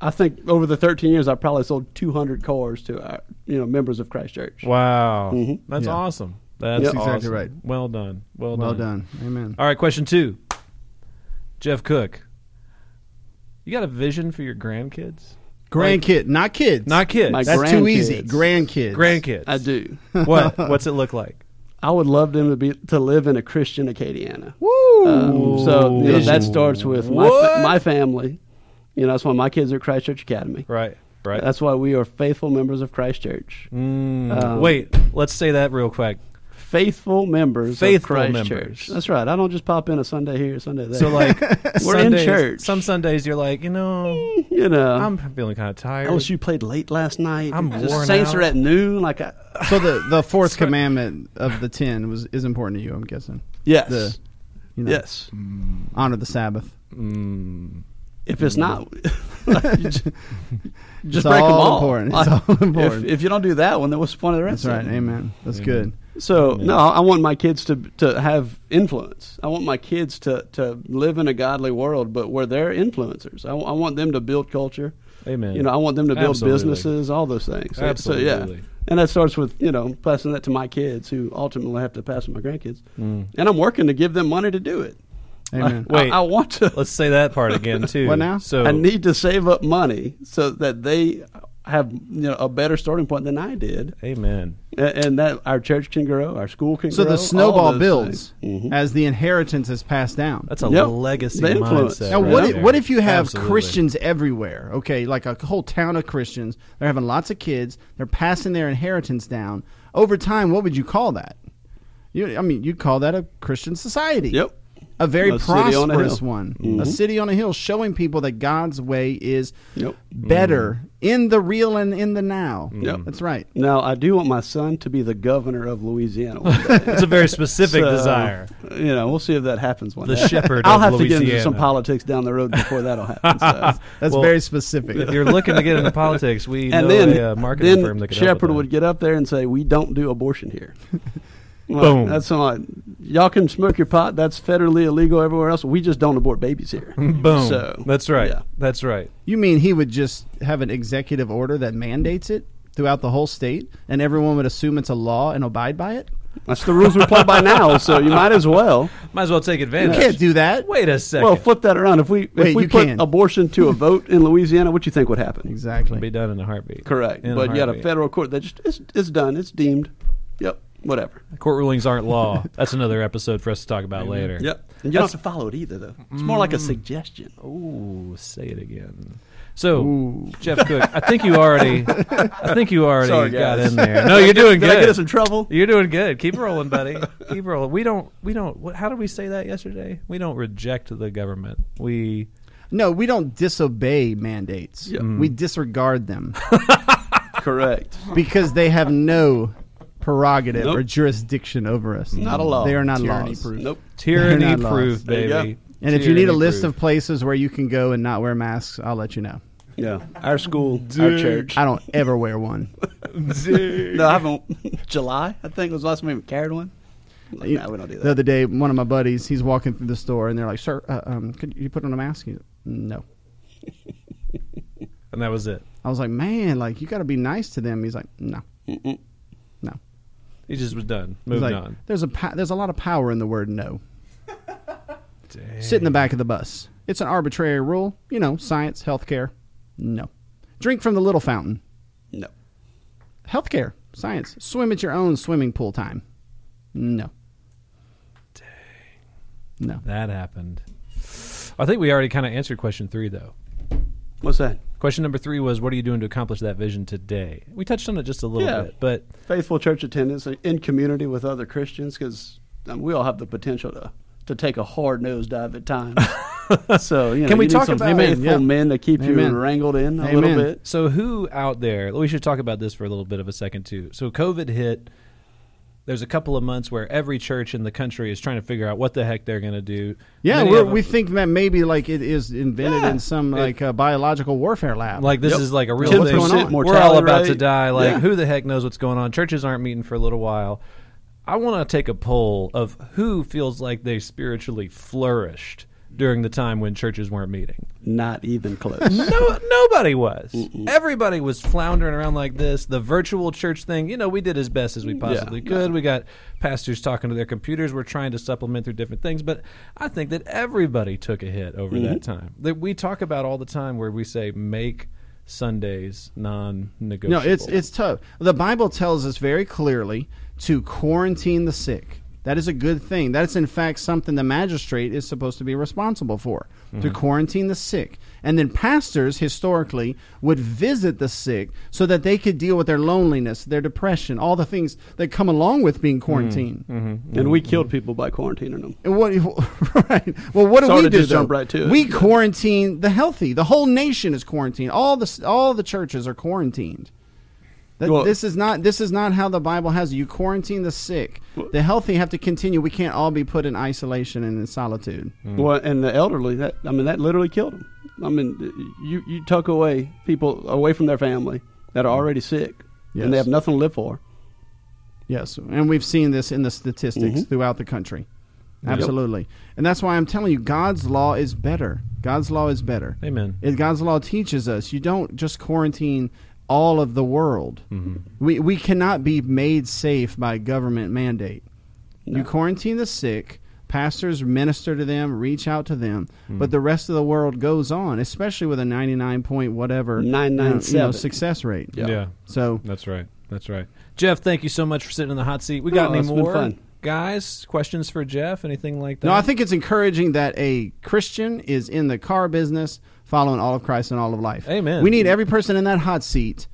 Speaker 5: I think over the 13 years, I probably sold 200 cars to our, you know, members of Christ Church.
Speaker 1: [LAUGHS] Wow.
Speaker 5: Mm-hmm.
Speaker 1: That's awesome. That's
Speaker 5: Yep.
Speaker 2: exactly
Speaker 1: awesome.
Speaker 2: right.
Speaker 1: Well done. Well,
Speaker 2: well
Speaker 1: done.
Speaker 2: done. Amen.
Speaker 1: All right, question two. Jeff Cook, you got a vision for your grandkids?
Speaker 2: Grandkid, not kids,
Speaker 1: Not kids.
Speaker 5: My
Speaker 2: That's too easy.
Speaker 5: grandkids.
Speaker 2: Grandkids,
Speaker 1: grandkids.
Speaker 5: I do.
Speaker 1: [LAUGHS]
Speaker 5: [LAUGHS]
Speaker 1: What? What's it look like?
Speaker 5: I would love them to be to live in a Christian Acadiana.
Speaker 2: Woo!
Speaker 5: Um, so you know,
Speaker 2: Vision.
Speaker 5: that starts with my,
Speaker 1: What?
Speaker 5: fa- my family. You know, that's why my kids are at Christ Church Academy.
Speaker 1: Right. Right.
Speaker 5: That's why we are faithful members of Christ Church.
Speaker 1: Mm.
Speaker 5: um,
Speaker 1: Wait. Let's say that real quick.
Speaker 5: Faithful members
Speaker 1: Faithful
Speaker 5: of Christ
Speaker 1: members.
Speaker 5: Church. That's right. I don't just pop in a Sunday here, a Sunday there.
Speaker 1: So like,
Speaker 5: [LAUGHS] We're in
Speaker 1: Sundays-
Speaker 5: church.
Speaker 1: Some Sundays you're like, you know,
Speaker 5: you know,
Speaker 1: I'm feeling kind of tired.
Speaker 5: LSU played late last night.
Speaker 1: I'm
Speaker 5: The
Speaker 1: worn
Speaker 5: Saints
Speaker 1: out.
Speaker 5: are at noon. Like, I,
Speaker 2: So the the fourth commandment of the ten was is important to you. I'm guessing.
Speaker 5: yes,
Speaker 2: The- You know,
Speaker 5: yes.
Speaker 2: Honor the Sabbath.
Speaker 5: If it's
Speaker 2: [LAUGHS]
Speaker 5: not, [LAUGHS] like, you just,
Speaker 2: It's
Speaker 5: just break them
Speaker 2: all
Speaker 5: all.
Speaker 2: important.
Speaker 5: [LAUGHS]
Speaker 2: It's
Speaker 5: Like,
Speaker 2: all
Speaker 5: if-
Speaker 2: important.
Speaker 5: If, you don't do that one, then what's the point of the rest?
Speaker 2: That's right.
Speaker 5: of it?
Speaker 2: Amen. That's good.
Speaker 5: So no, I want my kids to to have influence. I want my kids to to live in a godly world, but where they're influencers. I, I want them to build culture.
Speaker 1: Amen.
Speaker 5: You know, I want them to build
Speaker 1: Absolutely.
Speaker 5: businesses, all those things. So- So, yeah.
Speaker 1: Absolutely.
Speaker 5: And that starts with you know passing that to my kids, who ultimately have to pass it to my grandkids.
Speaker 1: Mm.
Speaker 5: And I'm working to give them money to do it.
Speaker 2: Amen.
Speaker 5: I,
Speaker 1: Wait.
Speaker 5: I, I want to.
Speaker 1: Let's say that part again too.
Speaker 2: What now?
Speaker 1: So
Speaker 5: I need to save up money so that they have you know a better starting point than I did,
Speaker 1: Amen.
Speaker 5: and, and that our church can grow, our school can
Speaker 2: So
Speaker 5: grow.
Speaker 2: the
Speaker 5: all
Speaker 2: snowball
Speaker 5: those
Speaker 2: builds
Speaker 5: things. Mhm.
Speaker 2: as the inheritance is passed down.
Speaker 1: That's a
Speaker 5: Yep.
Speaker 1: legacy
Speaker 5: The influence.
Speaker 1: mindset.
Speaker 5: Now,
Speaker 2: Now,
Speaker 1: right
Speaker 2: what, if,
Speaker 1: there.
Speaker 2: what if you have
Speaker 1: Absolutely.
Speaker 2: Christians everywhere? Okay, like a whole town of Christians. They're having lots of kids. They're passing their inheritance down. Over time, what would you call that? You, I mean, you'd call that a Christian society.
Speaker 5: Yep.
Speaker 2: A very
Speaker 5: A city on a
Speaker 2: prosperous
Speaker 5: hill. Mm-hmm.
Speaker 2: one. A city on a hill showing people that God's way is
Speaker 5: Yep. Mm-hmm.
Speaker 2: better in the real and in the now.
Speaker 5: Yep.
Speaker 2: That's right.
Speaker 5: Now, I do want my son to be the governor of
Speaker 1: [LAUGHS]
Speaker 5: Louisiana. One day.
Speaker 1: That's a very specific
Speaker 5: [LAUGHS] So,
Speaker 1: desire.
Speaker 5: You know, we'll see if that happens one
Speaker 1: The
Speaker 5: day.
Speaker 1: shepherd
Speaker 5: I'll
Speaker 1: of
Speaker 5: have to get into some
Speaker 1: Louisiana.
Speaker 5: politics down the road before that'll happen.
Speaker 1: [LAUGHS]
Speaker 5: So.
Speaker 2: That's
Speaker 1: Well,
Speaker 2: very specific.
Speaker 1: If you're looking to get into politics, we
Speaker 5: and
Speaker 1: know
Speaker 5: then,
Speaker 1: a uh, marketing firm
Speaker 5: then
Speaker 1: that can help with
Speaker 5: Shepard
Speaker 1: that.
Speaker 5: would get up there and say, "We don't do abortion
Speaker 1: [LAUGHS]
Speaker 5: here." Like,
Speaker 1: Boom.
Speaker 5: That's not. Y'all can smoke your pot. That's federally illegal everywhere else. We just don't abort babies here.
Speaker 1: [LAUGHS] Boom.
Speaker 5: So
Speaker 1: That's right.
Speaker 5: yeah.
Speaker 1: That's right.
Speaker 2: You mean he would just have an executive order that mandates it throughout the whole state and everyone would assume it's a law and abide by it?
Speaker 5: That's the rules we play
Speaker 1: [LAUGHS]
Speaker 5: by now. So you might as well.
Speaker 1: Might as well take
Speaker 2: You
Speaker 1: advantage.
Speaker 2: can't do that.
Speaker 1: Wait a second.
Speaker 5: Well, flip that around. If we if
Speaker 2: Wait,
Speaker 5: we
Speaker 2: you
Speaker 5: put
Speaker 2: can.
Speaker 5: abortion
Speaker 2: [LAUGHS]
Speaker 5: to a vote in Louisiana, what you think would happen?
Speaker 1: It'll be
Speaker 2: Exactly.
Speaker 1: done in a heartbeat.
Speaker 5: Correct.
Speaker 1: In a
Speaker 5: but you got a
Speaker 1: heartbeat.
Speaker 5: federal court that just it's, it's done. It's deemed. Yep. Whatever.
Speaker 1: Court rulings aren't law. [LAUGHS] That's another episode for us to talk about later.
Speaker 5: And you don't have to follow it either, though. It's more like
Speaker 1: Mm.
Speaker 5: a suggestion.
Speaker 1: Ooh, say it again. So, Jeff Cook, I think you already, I think you already
Speaker 5: Sorry,
Speaker 1: got
Speaker 5: guys.
Speaker 1: in there. No, you're doing
Speaker 5: [LAUGHS] Did I
Speaker 1: good.
Speaker 5: get us
Speaker 1: [LAUGHS]
Speaker 5: in trouble?
Speaker 1: You're doing good. Keep rolling,
Speaker 5: [LAUGHS]
Speaker 1: buddy. Keep rolling. We don't, we don't. What, how did we say that yesterday? We don't reject the government. We
Speaker 2: No, we don't disobey mandates.
Speaker 5: Yeah. Mm.
Speaker 2: We disregard them
Speaker 5: Correct.
Speaker 2: because they have no prerogative
Speaker 5: Nope.
Speaker 2: or jurisdiction over us.
Speaker 5: Not a law.
Speaker 2: They are not
Speaker 8: Tyranny
Speaker 2: laws.
Speaker 8: proof.
Speaker 5: Nope.
Speaker 1: Tyranny
Speaker 2: They're not
Speaker 1: proof,
Speaker 2: laws.
Speaker 5: There you
Speaker 1: baby.
Speaker 5: go.
Speaker 2: And if you need a list
Speaker 1: Tyranny-proof.
Speaker 2: of places where you can go and not wear masks, I'll let you know.
Speaker 5: Yeah. [LAUGHS] Our school, our church. [LAUGHS]
Speaker 2: I don't ever wear one.
Speaker 5: No, I haven't. [LAUGHS] July, I think was the last time we carried one. Like, nah, we don't do
Speaker 2: The
Speaker 5: that.
Speaker 2: other day, one of my buddies, he's walking through the store, and they're like, "Sir, uh, um, could you put on a mask?" He's, no.
Speaker 1: And that was it.
Speaker 2: I was like, "Man, like you got to be nice to them." He's like, "No, no."
Speaker 1: He just was done.
Speaker 2: He's
Speaker 1: Moved
Speaker 2: like,
Speaker 1: on.
Speaker 2: "There's a pa- there's a lot of power in the word no." Sit in the back of the bus. It's an arbitrary rule. You know, science, healthcare. No. Drink from the little fountain.
Speaker 5: No.
Speaker 2: Healthcare, science. Swim at your own swimming pool time. No. Dang. No.
Speaker 1: That happened. I think we already kind of answered question three, though.
Speaker 5: What's that?
Speaker 1: Question number three was, "What are you doing to accomplish that vision today?" We touched on it just a little
Speaker 5: Yeah.
Speaker 1: bit, but
Speaker 5: Faithful church attendance in community with other Christians because we all have the potential to, to take a hard nose dive
Speaker 1: [LAUGHS]
Speaker 5: at times. so, you know,
Speaker 1: Can we
Speaker 5: you need
Speaker 1: talk
Speaker 5: some
Speaker 1: about-
Speaker 5: faithful
Speaker 2: Amen, yeah.
Speaker 5: men to keep
Speaker 2: Amen.
Speaker 5: you wrangled in a
Speaker 2: Amen.
Speaker 5: little bit?
Speaker 1: so who out there? We should talk about this for a little bit of a second too. So COVID hit. There's a couple of months where every church in the country is trying to figure out what the heck they're going to do.
Speaker 2: Yeah,
Speaker 1: Many
Speaker 2: we're,
Speaker 1: of them-
Speaker 2: we think that maybe like it is invented
Speaker 5: Yeah.
Speaker 2: in some like uh, biological warfare lab.
Speaker 1: Like this
Speaker 5: Yep.
Speaker 1: is like a real
Speaker 5: 10%
Speaker 1: thing. We're
Speaker 5: mortality
Speaker 1: all about to
Speaker 5: rate.
Speaker 1: die. Like
Speaker 5: Yeah.
Speaker 1: who the heck knows what's going on? Churches aren't meeting for a little while. I want to take a poll of who feels like they spiritually flourished during the time when churches weren't meeting.
Speaker 5: Not even [LAUGHS] close.
Speaker 1: No, nobody was. Everybody was floundering around like this. The virtual church thing, you know, we did as best
Speaker 2: Mm,
Speaker 1: as we possibly could. We got pastors talking to their computers. We're trying to supplement through different things, but I think that everybody took a hit over that
Speaker 2: Mm-hmm.
Speaker 1: time. That we talk about all the time, where we say make Sundays
Speaker 2: no,
Speaker 1: non-negotiable.
Speaker 2: it's it's tough. The Bible tells us very clearly to quarantine the sick. That is a good thing. That's in fact something the magistrate is supposed to be responsible for to
Speaker 1: Mm-hmm.
Speaker 2: quarantine the sick. And then pastors historically would visit the sick so that they could deal with their loneliness, their depression, all the things that come along with being quarantined.
Speaker 1: Mm-hmm.
Speaker 5: and we killed people by quarantining them.
Speaker 2: And What, [LAUGHS] right. Well, what do
Speaker 5: Sorry
Speaker 2: we
Speaker 5: to
Speaker 2: do?
Speaker 5: just
Speaker 2: though?
Speaker 5: jump right to it,
Speaker 2: we
Speaker 5: but-
Speaker 2: quarantine the healthy. The whole nation is quarantined. All the s- all the churches are quarantined. That,
Speaker 5: Well-
Speaker 2: this is not this is not how the Bible has it. You quarantine the sick. the healthy have to continue. We can't all be put in isolation and in solitude.
Speaker 5: Well, and the elderly, that I mean, that literally killed them. I mean, you you tuck away people away from their family that are already sick,
Speaker 2: Yes.
Speaker 5: and they have nothing to live for.
Speaker 2: Yes, and we've seen this in the
Speaker 1: Mm-hmm.
Speaker 2: statistics throughout the country. Absolutely, and that's why I'm telling you, God's law is better. God's law is better.
Speaker 1: Amen.
Speaker 2: And God's law teaches us you don't just quarantine all of the world.
Speaker 1: Mm-hmm.
Speaker 2: We we cannot be made safe by government mandate. You quarantine the sick. Pastors minister to them, reach out to them,
Speaker 1: Mm-hmm.
Speaker 2: but the rest of the world goes on, especially with a ninety-nine point whatever you know, you know,
Speaker 5: 997.
Speaker 2: success rate.
Speaker 1: yeah.
Speaker 2: So
Speaker 1: That's right. That's right. Jeff, thank you so much for sitting in the hot seat. We got
Speaker 5: Oh,
Speaker 1: any
Speaker 5: it's been
Speaker 1: more
Speaker 5: fun.
Speaker 1: guys? Questions for Jeff? Anything like that?
Speaker 2: No, I think it's encouraging that a Christian is in the car business, following all of Christ and all of life.
Speaker 1: Amen.
Speaker 2: We need every person in that hot seat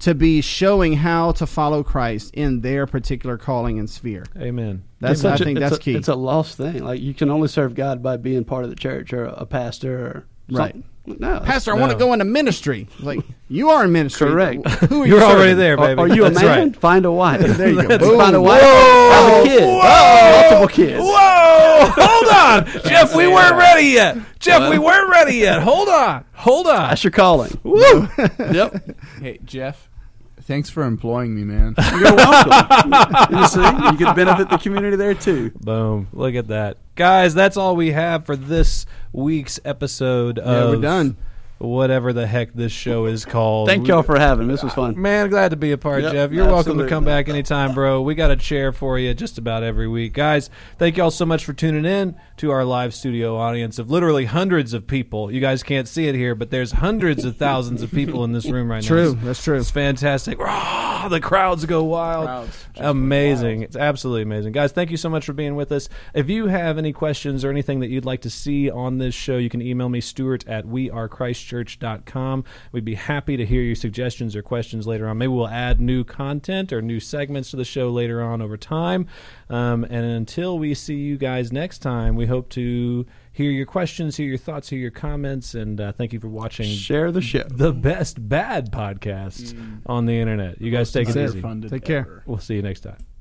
Speaker 2: to be showing how to follow Christ in their particular calling and sphere.
Speaker 1: Amen.
Speaker 2: That's I
Speaker 5: Such a-
Speaker 2: think
Speaker 5: it's
Speaker 2: that's
Speaker 5: a-
Speaker 2: key.
Speaker 5: It's a lost thing. Like you can only serve God by being part of the church or a pastor or
Speaker 2: Right.
Speaker 5: something. No, that's-
Speaker 2: Pastor, I want to
Speaker 1: No.
Speaker 2: go into ministry. Like you are in ministry.
Speaker 5: Correct. [LAUGHS]
Speaker 2: Who are you
Speaker 1: You're already
Speaker 2: serving?
Speaker 1: there, baby.
Speaker 5: Are you a
Speaker 1: That's
Speaker 5: man?
Speaker 1: right.
Speaker 5: Find a wife.
Speaker 2: There
Speaker 5: [LAUGHS]
Speaker 2: you go.
Speaker 5: Let's
Speaker 2: Boom.
Speaker 5: Find a wife. Have a kid. Multiple kids.
Speaker 1: Whoa! Hold on,
Speaker 5: [LAUGHS]
Speaker 1: Jeff. We weren't ready yet. Jeff, we weren't ready yet. Hold on. Hold on.
Speaker 5: That's your calling.
Speaker 1: Woo!
Speaker 5: yep.
Speaker 3: Hey, Jeff. Thanks for employing me, man.
Speaker 5: You're welcome. you see, you could benefit the community there too.
Speaker 1: Boom! Look at that, guys. That's all we have for this week's episode.
Speaker 2: Yeah,
Speaker 1: of
Speaker 2: we're done.
Speaker 1: Whatever the heck this show is called.
Speaker 5: Thank
Speaker 1: We-
Speaker 5: y'all for having me. This was fun.
Speaker 1: Man, glad to be a part,
Speaker 5: Yep,
Speaker 1: Jeff. You're welcome to
Speaker 5: absolutely.
Speaker 1: come back anytime, bro. We got a chair for you just about every week. Guys, thank y'all so much for tuning in to our live studio audience of literally hundreds of people. You guys can't see it here, but there's hundreds of thousands of people in this room right now.
Speaker 2: True.
Speaker 1: It's-
Speaker 2: That's true.
Speaker 1: It's fantastic. Rah, the crowds go wild.
Speaker 3: Crowds just
Speaker 1: amazing. It's absolutely amazing. Guys, thank you so much for being with us. If you have any questions or anything that you'd like to see on this show, you can email me, Stuart at church.com. We'd be happy to hear your suggestions or questions later on. Maybe we'll add new content or new segments to the show later on over time. Um, and until we see you guys next time, we hope to hear your questions, hear your thoughts, hear your comments, and uh, thank you for watching
Speaker 5: Share the show.
Speaker 1: the best bad podcast on the internet. You guys take it easy.
Speaker 2: Take care.
Speaker 1: We'll see you next time.